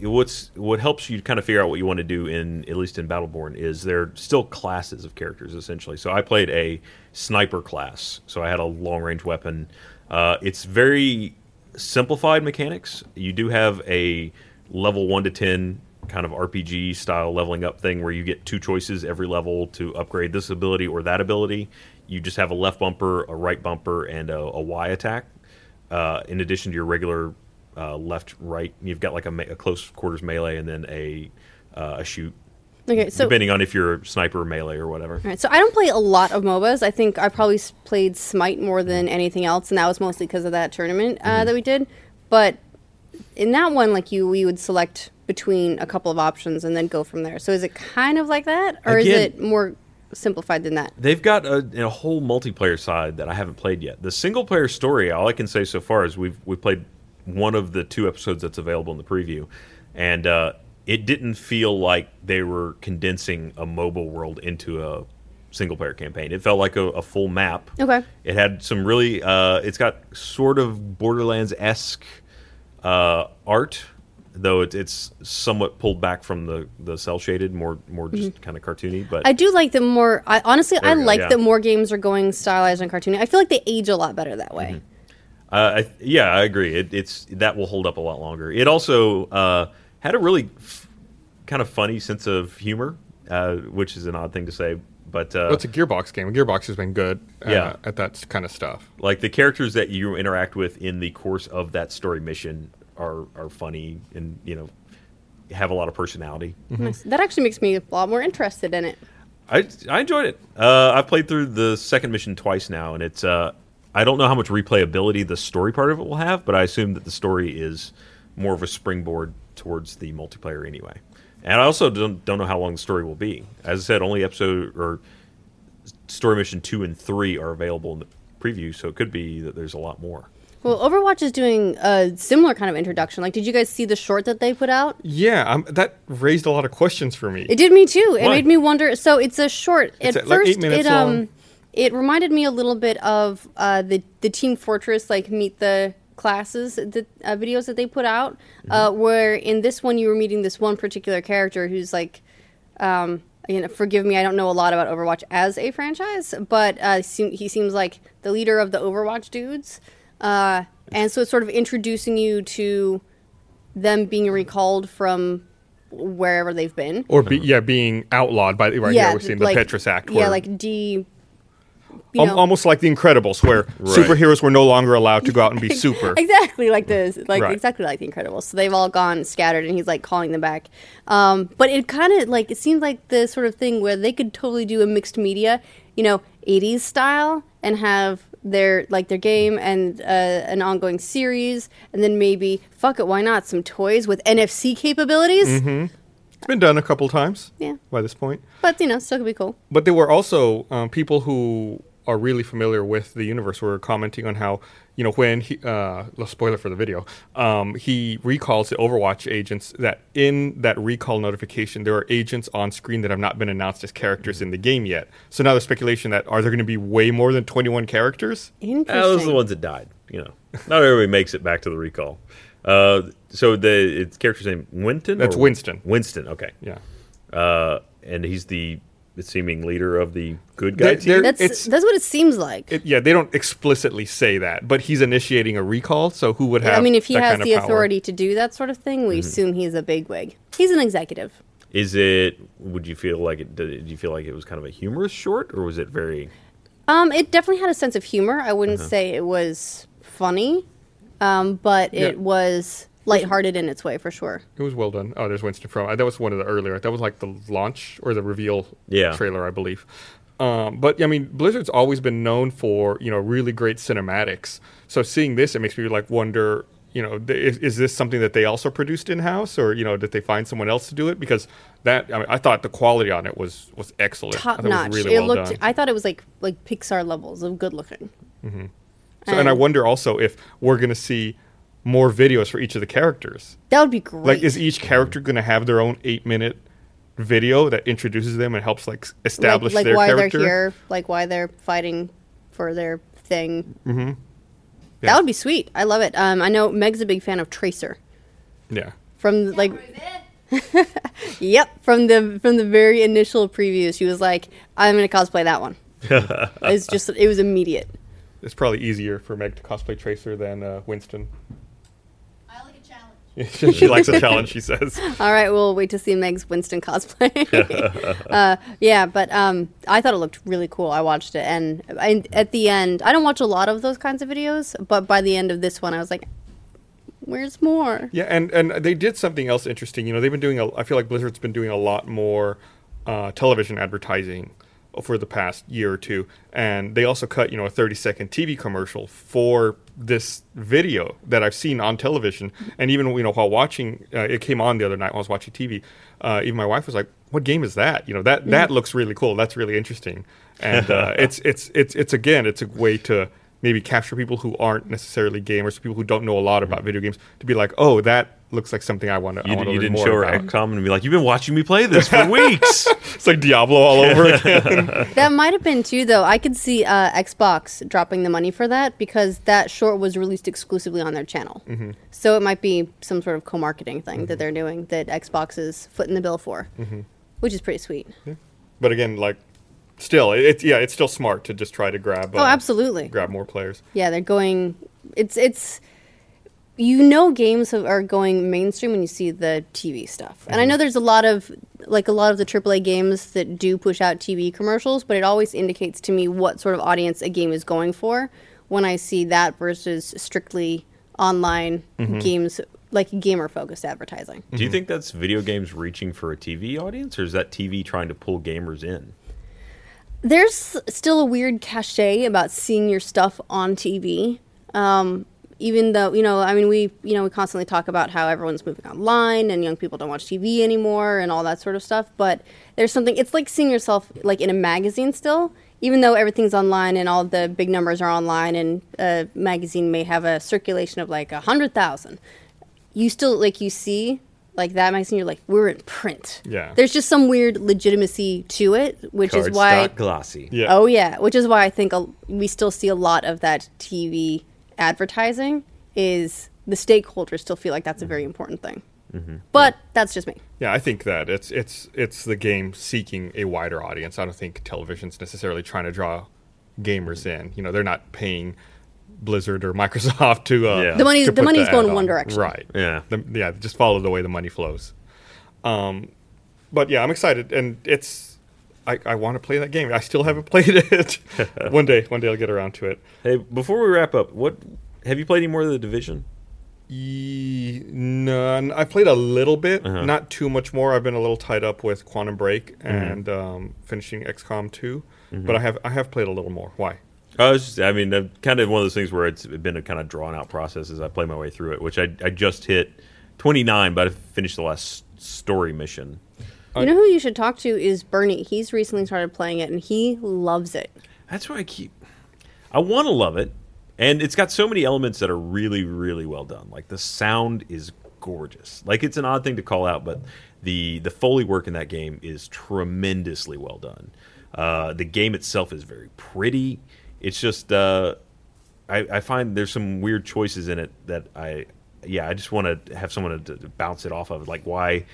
what's what helps you kind of figure out what you want to do in at least in Battleborn is they're still classes of characters essentially. So I played a sniper class, so I had a long range weapon. Uh, it's very simplified mechanics. You do have a level one to ten kind of RPG style leveling up thing where you get two choices every level to upgrade this ability or that ability. You just have a left bumper, a right bumper, and a, a Y attack uh, in addition to your regular uh, left right you've got like a, me- a close quarters melee and then a uh, a shoot
Okay, so
depending on if you're a sniper melee or whatever
All right, so I don't play a lot of MOBAs. I think I probably s- played Smite more than anything else, and that was mostly because of that tournament uh,
Mm-hmm.
that we did. But in that one, like you, we would select between a couple of options and then go from there. So is it kind of like that, or is
Again-
it more simplified than that?
they've got a, a whole multiplayer side that i haven't played yet the single player story all i can say so far is we've we played one of the two episodes that's available in the preview and uh, it didn't feel like they were condensing a mobile world into a single player campaign it felt like a, a full map
Okay.
It had some really. Uh, it's got sort of Borderlands esque uh, art, though it, it's somewhat pulled back from the the cell shaded, more more just kind of cartoony. But
I do like them more. I, honestly, I
we go,
like
yeah.
that more games are going stylized and cartoony. I feel like they age a lot better that
Mm-hmm.
way.
Uh, I, yeah, I agree. It, it's that will hold up a lot longer. It also uh, had a really f- kind of funny sense of humor, uh, which is an odd thing to say, but uh,
Well, it's a Gearbox game. Gearbox has been good uh,
Yeah.
at that kind of stuff.
like the characters that you interact with in the course of that story mission are are funny and you know have a lot of personality.
Nice. That actually makes me a lot more interested in it.
I I enjoyed it. Uh, I've played through the second mission twice now, and it's uh, I don't know how much replayability the story part of it will have, but I assume that the story is more of a springboard towards the multiplayer anyway. And I also don't don't know how long the story will be. As I said, only episode or story mission two and three are available in the preview, so it could be that there's a lot more.
Well, Overwatch is doing a similar kind of introduction. Like, did you guys see the short that they put out?
Yeah, um, that raised a lot of questions for me.
It did me too. It
Why?
made me wonder. So it's a short.
It's
at
like eight
first,
minutes
it um,
long.
it reminded me a little bit of uh, the the Team Fortress like meet the classes the uh, videos that they put out,
Mm-hmm.
uh, where in this one you were meeting this one particular character who's like. Um, you know, forgive me, I don't know a lot about Overwatch as a franchise, but uh, seem, he seems like the leader of the Overwatch dudes. Uh, and so it's sort of introducing you to them being recalled from wherever they've been.
or be, yeah, being outlawed by the right yeah, we're seeing the
like-
Petrus Act.
Yeah,
where-
like D. You
Al-
know,
almost like the Incredibles, where superheroes were no longer allowed to go out and be super.
exactly like this, like
Right.
exactly like the Incredibles. So they've all gone scattered, and he's like calling them back. Um, but it kind of like it seemed like the sort of thing where they could totally do a mixed media, you know, '80s style, and have their like their game and uh, an ongoing series, and then maybe fuck it, why not some toys with NFC capabilities?
Mm-hmm. It's been done a couple times.
Yeah.
By this point,
But you know, still could be cool.
but there were also um, people who are really familiar with the universe were commenting on how you know when he uh little spoiler for the video um he recalls the overwatch agents that in that recall notification there are agents on screen that have not been announced as characters in the game yet so now there's speculation that are there going to be way more than 21 characters
Interesting.
Uh, those are the ones that died. You know, not everybody makes it back to the recall. Uh, so the its character's name Winton.
That's
or-
Winston.
Winston. Okay.
yeah
Uh, and he's the seeming leader of the good
They-
guy team.
they're-
that's
it's-
that's what it seems like.
It- yeah, they don't explicitly say that, but he's initiating a recall. So who would have?
I mean, if he
that
has
kind of
the
power? Mm-hmm.
authority to do that sort of thing, we assume he's a bigwig. He's an executive.
Is it? Would you feel like it? Did you feel like it was kind of a humorous short, or was it very?
Um, it definitely had a sense of humor. I wouldn't
Uh-huh.
say it was funny, um, but
Yeah.
it was lighthearted in its way for sure.
it was well done. Oh, there's Winston from. That was one of the earlier. That was like the launch or the reveal
Yeah.
trailer, I believe. Um, but I mean, Blizzard's always been known for you know really great cinematics. So seeing this, it makes me like wonder. you know, th- is, is this something that they also produced in house, or you know, did they find someone else to do it? Because that, I mean, I thought the quality on it was was excellent, I
top
thought it was
notch.
really
it
well
looked.
done.
I thought it was like like Pixar levels of good looking.
So, and I wonder also if we're going to see more videos for each of the characters.
That would be great.
Like, is each character going to have their own eight minute video that introduces them and helps like s- establish
like, like
their
why
character?
they're here, like why they're fighting for their thing. Mm-hmm.
Yeah.
That would be sweet. I love it. Um, I know Meg's a big fan of Tracer
Yeah,
from like yep from the from the very initial preview. She was like, "I'm gonna cosplay that one." it's just it was immediate.
it's probably easier for Meg to cosplay Tracer than uh, Winston.
I like a challenge.
she likes a challenge, she says.
All right, we'll wait to see Meg's Winston cosplay. uh, yeah, but um, I thought it looked really cool. I watched it, and I, at the end, I don't watch a lot of those kinds of videos, but by the end of this one, I was like, "Where's more?"
Yeah, and and they did something else interesting. You know, they've been doing. A, I feel like Blizzard's been doing a lot more uh, television advertising for the past year or two, and they also cut you know a thirty second TV commercial for this video that I've seen on television, and even you know while watching, uh, it came on the other night while I was watching TV. Uh, even my wife was like, "What game is that?" You know that that looks really cool. That's really interesting, and uh, it's it's it's it's again it's a way to maybe capture people who aren't necessarily gamers, people who don't know a lot about video games, to be like, oh, that looks like something I want to.
You,
I want to
you
learn
didn't
more
show her
about.
XCOM and be like, "You've been watching me play this for weeks."
It's like Diablo all over again.
That might have been too, though. I could see uh, Xbox dropping the money for that because that short was released exclusively on their channel. So it might be some sort of co-marketing thing that they're doing that Xbox is footing the bill for, which is pretty sweet.
but again, like, still, it- it's yeah, it's still smart to just try to grab. Uh,
Oh, absolutely.
Grab more players.
Yeah, they're going. It's it's. You know, games have, are going mainstream when you see the TV stuff, and I know there's a lot of like a lot of the AAA games that do push out TV commercials, but it always indicates to me what sort of audience a game is going for when I see that versus strictly online games like gamer focused advertising.
Do you think that's video games reaching for a TV audience, or is that TV trying to pull gamers in?
there's still a weird cachet about seeing your stuff on TV. Um, even though you know, I mean, we you know we constantly talk about how everyone's moving online and young people don't watch TV anymore and all that sort of stuff. But there's something. It's like seeing yourself like in a magazine still, even though everything's online and all the big numbers are online, and a magazine may have a circulation of like a hundred thousand. You still like you see like that magazine. You're like we're in print.
Yeah.
There's just some weird legitimacy to it, which is why
Cardstock glossy.
Yeah.
Oh yeah, which is why I think a, we still see a lot of that TV advertising is the stakeholders still feel like that's a very important thing.
Mm-hmm.
But that's just me.
Yeah, I think that it's it's it's the game seeking a wider audience. I don't think television's necessarily trying to draw gamers in. You know, they're not paying Blizzard or Microsoft to uh,
Yeah.
The money's-
to
the
put
money's
ad
going
on.
one direction.
right?
Yeah.
The- yeah. Just follow the way the money flows. Um, but yeah, I'm excited, and it's I, I want to play that game. I still haven't played it. one day, one day I'll get around to it.
Hey, before we wrap up, what have you played any more of the Division?
Ye- None. I played a little bit,
Uh-huh.
not too much more. I've been a little tied up with Quantum Break
Mm-hmm.
and um, finishing XCOM 2 but I have I have played a little more. Why?
I was just, I mean, uh, kind of one of those things where it's been a kind of drawn out process as I play my way through it, which I, I just hit 29, but I finished the last story mission.
You know who you should talk to is Bernie. He's recently started playing it and he loves it.
That's why I keep. I want to love it, and it's got so many elements that are really, really well done. Like the sound is gorgeous. Like it's an odd thing to call out, but the the foley work in that game is tremendously well done. Uh, the game itself is very pretty. It's just uh, I, I find there's some weird choices in it that I, yeah, I just want to have someone to, to bounce it off of. Like why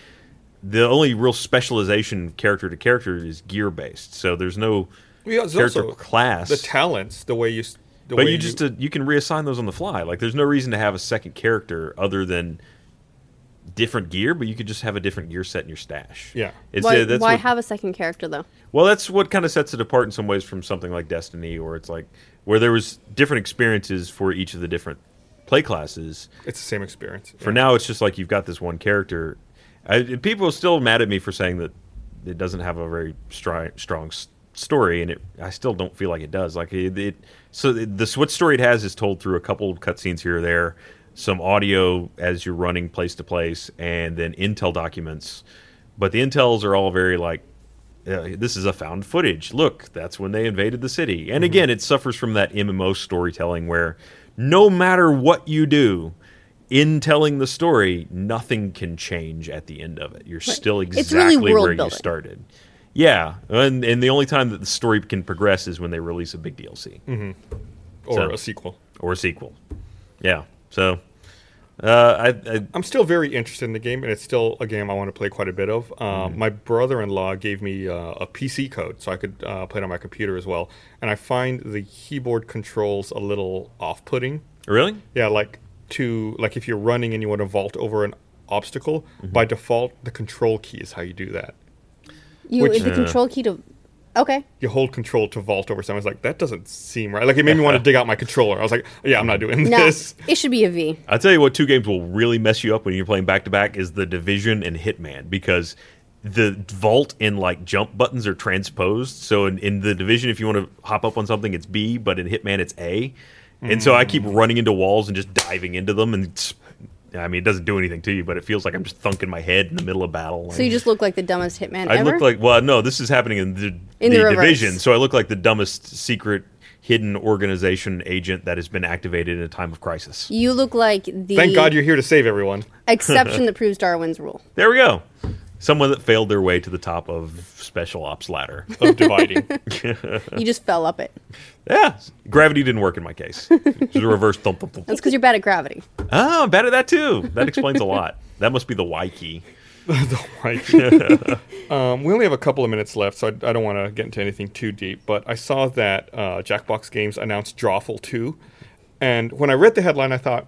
the only real specialization character to character is gear based, so there's no
Yeah, it's
character
also
class.
The talents, the way you, s- the
but
way
you just uh, you can reassign those on the fly. Like there's no reason to have a second character other than different gear, but you could just have a different gear set in your stash.
Yeah.
it's
why
uh, that's
why
what-
have a second character though?
well, that's what kind of sets it apart in some ways from something like Destiny, or it's like where there was different experiences for each of the different play classes.
it's the same experience.
For now, it's just like you've got this one character. I, people are still mad at me for saying that it doesn't have a very stri- strong s- story, and it, I still don't feel like it does. Like it, it so the, the what story it has is told through a couple of cutscenes here or there. some audio as you're running place to place, and then intel documents. But the intels are all very like, uh, this is a found footage. Look, that's when they invaded the city.
Mm-hmm.
And again, it suffers from that MMO storytelling where no matter what you do in telling the story, nothing can change at the end of it. You're still
It's really
exactly
world
where you
building.
started. Yeah, and and the only time that the story can progress is when they release a big DLC
Mm.
or
So-
a sequel.
or a sequel. Yeah. So, uh, I, I
I'm still very interested in the game, and it's still a game I want to play quite a bit of. Uh,
Mm-hmm.
My brother-in-law gave me uh, a PC code, so I could uh, play it on my computer as well. And I find the keyboard controls a little off-putting.
really
Yeah, like to like if you're running and you want to vault over an obstacle, by default the control key is how you do that.
You
Which-
the
uh,
control key to. Okay.
You hold control to vault over something. I was like, that doesn't seem right. Like it made me want to dig out my controller. I was like, yeah, I'm not doing
No,
this.
it should be a V.
I'll tell you what, two games will really mess you up when you're playing back to back is the Division and Hitman because the vault and like jump buttons are transposed. So in, in the Division, if you want to hop up on something, it's B, but in Hitman, it's A. And so I keep running into walls and just diving into them. And it's- I mean, it doesn't do anything to you, but it feels like I'm just thunking my head in the middle of battle.
So you just look like the dumbest hitman
I
ever.
look like well, no, this is happening in the,
In
the,
the reverse.
division, so I look like the dumbest secret hidden organization agent that has been activated in a time of crisis.
you look like the
Thank God you're here to save everyone.
exception that proves Darwin's rule.
There we go. Someone that failed their way to the top of special ops ladder.
Of dividing.
You just fell up it.
yeah, gravity didn't work in my case. It was a reverse thump thump thump.
That's because you're bad at gravity.
Oh, I'm bad at that too. That explains a lot. That must be the Y key.
Right. um, we only have a couple of minutes left, so I, I don't want to get into anything too deep. But I saw that uh, Jackbox Games announced Drawful 2. And when I read the headline, I thought,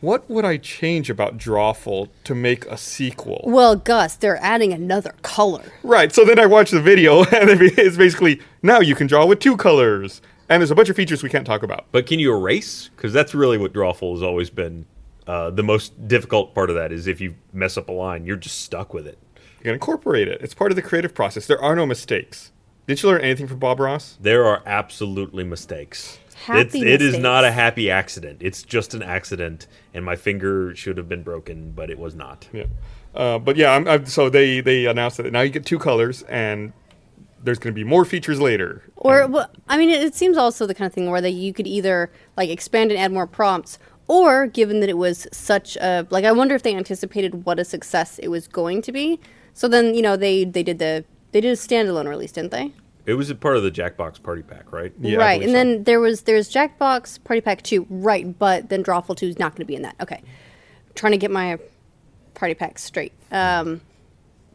what would I change about Drawful to make a sequel?
Well, Gus, they're adding another color.
Right. So then I watched the video, and it- it's basically now you can draw with two colors. And there's a bunch of features we can't talk about.
But can you erase? Because that's really what Drawful has always been. Uh, the most difficult part of that is if you mess up a line, you're just stuck with it.
You can incorporate it. It's part of the creative process. There are no mistakes. Did you learn anything from Bob Ross?
There are absolutely mistakes.
Happy
it's, it is
mistakes.
not a happy accident. It's just an accident, and my finger should have been broken, but it was not.
Yeah. Uh, but yeah, I'm, I'm, so they they announced that now you get two colors, and there's going to be more features later.
Or, well, I mean, it, it seems also the kind of thing where that you could either like expand and add more prompts, or given that it was such a like, I wonder if they anticipated what a success it was going to be. So then, you know, they they did the they did a standalone release, didn't they?
It was a part of the Jackbox Party Pack, right?
Yeah, I
right,
believe
and then there was there's Jackbox Party Pack Two, right? But then Drawful Two is not going to be in that. Okay, trying to get my party pack straight. Um,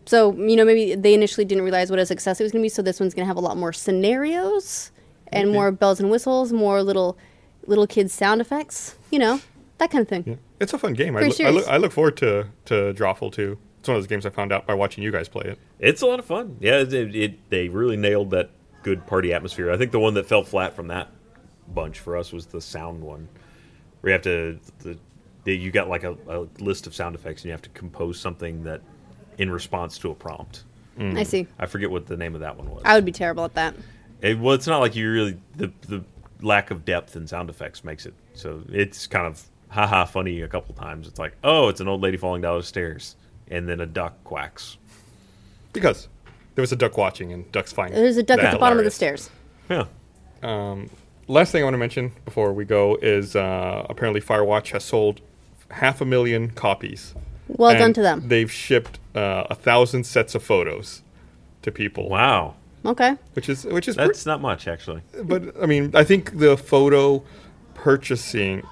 so you know maybe they initially didn't realize what a success it was going to be. So this one's going to have a lot more scenarios and more bells and whistles, more little little kids sound effects. You know that kind of thing.
It's a fun game. I,
Pretty
look I, look,
serious.
I look forward to to Drawful too. It's one of those games I found out by watching you guys play it.
It's a lot of fun. Yeah, it, it, it- they really nailed that good party atmosphere. I think the one that fell flat from that bunch for us was the sound one, where you have to the, the, you got like a, a list of sound effects and you have to compose something that in response to a prompt.
mm.
I see.
I forget what the name of that one was.
I would be terrible at that.
It, well, it's not like you really the the lack of depth in sound effects makes it so it's kind of haha funny a couple times. It's like oh, it's an old lady falling down the stairs, and then a duck quacks.
Because there was a duck watching and ducks fine.
There's a duck at
That's
the bottom of the
hilarious.
stairs.
Yeah,
Um, Last thing I want to mention before we go is uh, apparently Firewatch has sold half a million copies.
Well done
And
to them.
They've shipped uh, a thousand sets of photos to people.
wow,
Okay.
Which is which is
that's not much actually.
But I mean, I think the photo purchasing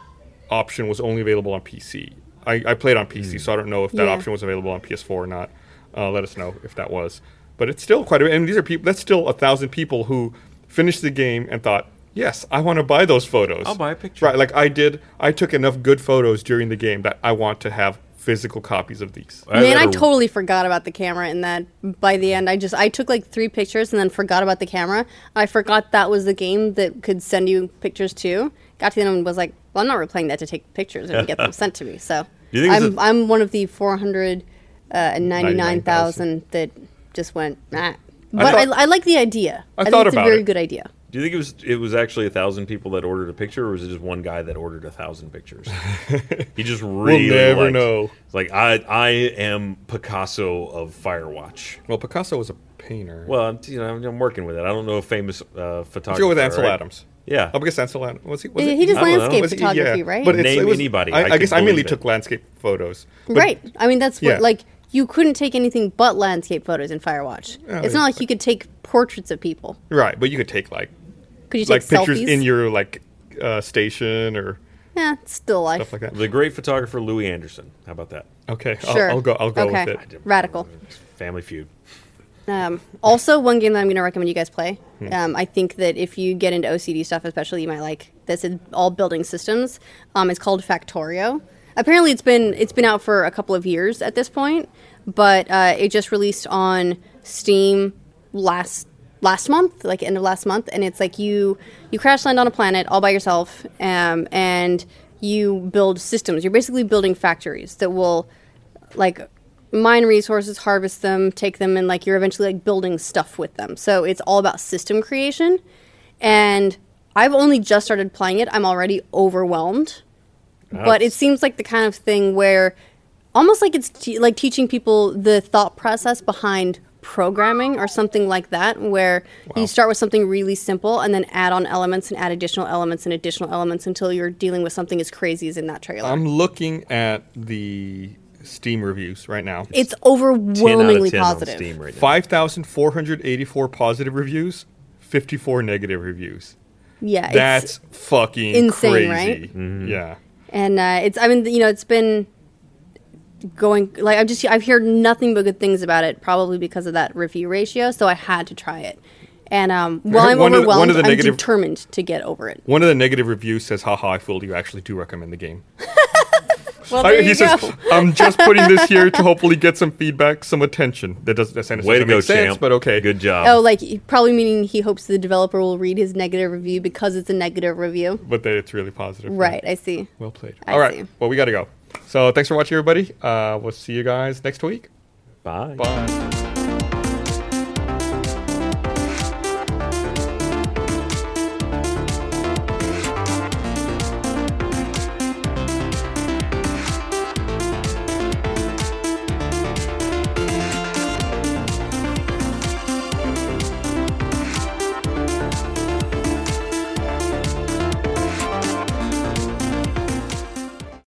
option was only available on PC. I, I played on PC, so I don't know if that
Yeah.
option was available on PS4 or not. Uh, let us know if that was. But it's still quite a bit. And these are people. That's still a thousand people who finished the game and thought, "Yes, I want to buy those photos.
I'll buy a picture."
Right? Like I did. I took enough good photos during the game that I want to have physical copies of these.
Man,
let
I
her-
totally forgot about the camera in that. By the end, I just I took like three pictures and then forgot about the camera. I forgot that was the game that could send you pictures too. Got to the end and was like, well, I'm not replaying that to take pictures and get them sent to me. So
Do you think this
I'm
is-
I'm one of the 499,000 that just went. Nah. But I,
thought-
I, like the idea.
I
think
thought
it's
about
a very
it.
good idea.
Do you think it was it was actually a thousand people that ordered a picture, or was it just one guy that ordered a thousand pictures? he just really
never
liked-
know.
It's like I I am Picasso of Firewatch.
Well, Picasso was a painter.
Well, I'm, you know I'm, I'm working with it. I don't know a famous uh, photographer.
Let's go with Ansel
right?
Adams. Oh,
Yeah.
I guess Ansel Adams was he. Was
He-
it-
he does
I don't know.
landscape
Was
he-
photography, right?
But it's,
Name
it was,
anybody,
I,
I
I,
can
guess I mainly
believe it.
took landscape photos. But-
right. I mean, that's what
Yeah.
like you couldn't take anything but landscape photos in Firewatch.
Yeah,
it's not
it's
like you could take portraits of people.
Right, but you could take like
Could you take
like
selfies?
pictures in your like uh, station or
yeah, it's still life.
stuff like that.
The great photographer Louis Anderson. How about that?
Okay,
Sure.
I'll, I'll go. I'll go
Okay.
with it.
Radical.
Family Feud.
Um, also, one game that I'm going to recommend you guys play.
Hmm.
Um, I think that if you get into OCD stuff, especially, you might like this. It's all building systems. Um, it's called Factorio. Apparently, it's been it's been out for a couple of years at this point, but uh, it just released on Steam last last month, like end of last month, and it's like you you crash land on a planet all by yourself, um, and you build systems. You're basically building factories that will like mine resources, harvest them, take them, and like you're eventually like building stuff with them. So it's all about system creation. And I've only just started playing it. I'm already overwhelmed. But it seems like the kind of thing where almost like it's te- like teaching people the thought process behind programming or something like that where you start with something really simple and then add on elements and add additional elements and additional elements until you're dealing with something as crazy as in that trailer.
I'm looking at the Steam reviews right now.
it's
10 out of
overwhelmingly
10
positive.
on Steam right now.
Five thousand four hundred eighty-four positive reviews, fifty-four negative reviews.
Yeah, it's,
That's fucking
insane,
crazy. Mm-hmm.
right?
Yeah.
and uh, it's. I mean, you know, it's been going like I've just I've heard nothing but good things about it, probably because of that review ratio. So I had to try it, and um, while I'm
One of the-
overwhelmed,
one of the
I'm
negative-
determined to get over it.
One of the negative reviews says, "Haha, I fooled you. Actually, do recommend the game."
Well, Oh, there
I- he
you go.
says, "I'm just putting this here to hopefully get some feedback, some attention." That doesn't. That doesn't
Way to
make
go,
sense,
champ.
But okay.
Good job.
oh, like probably meaning he hopes the developer will read his negative review because it's a negative review.
But that it's really positive.
Right, I see.
Well played.
I
All right.
see.
Well, we got to go. So thanks for watching, everybody. Uh, we'll see you guys next week.
Bye.
Bye.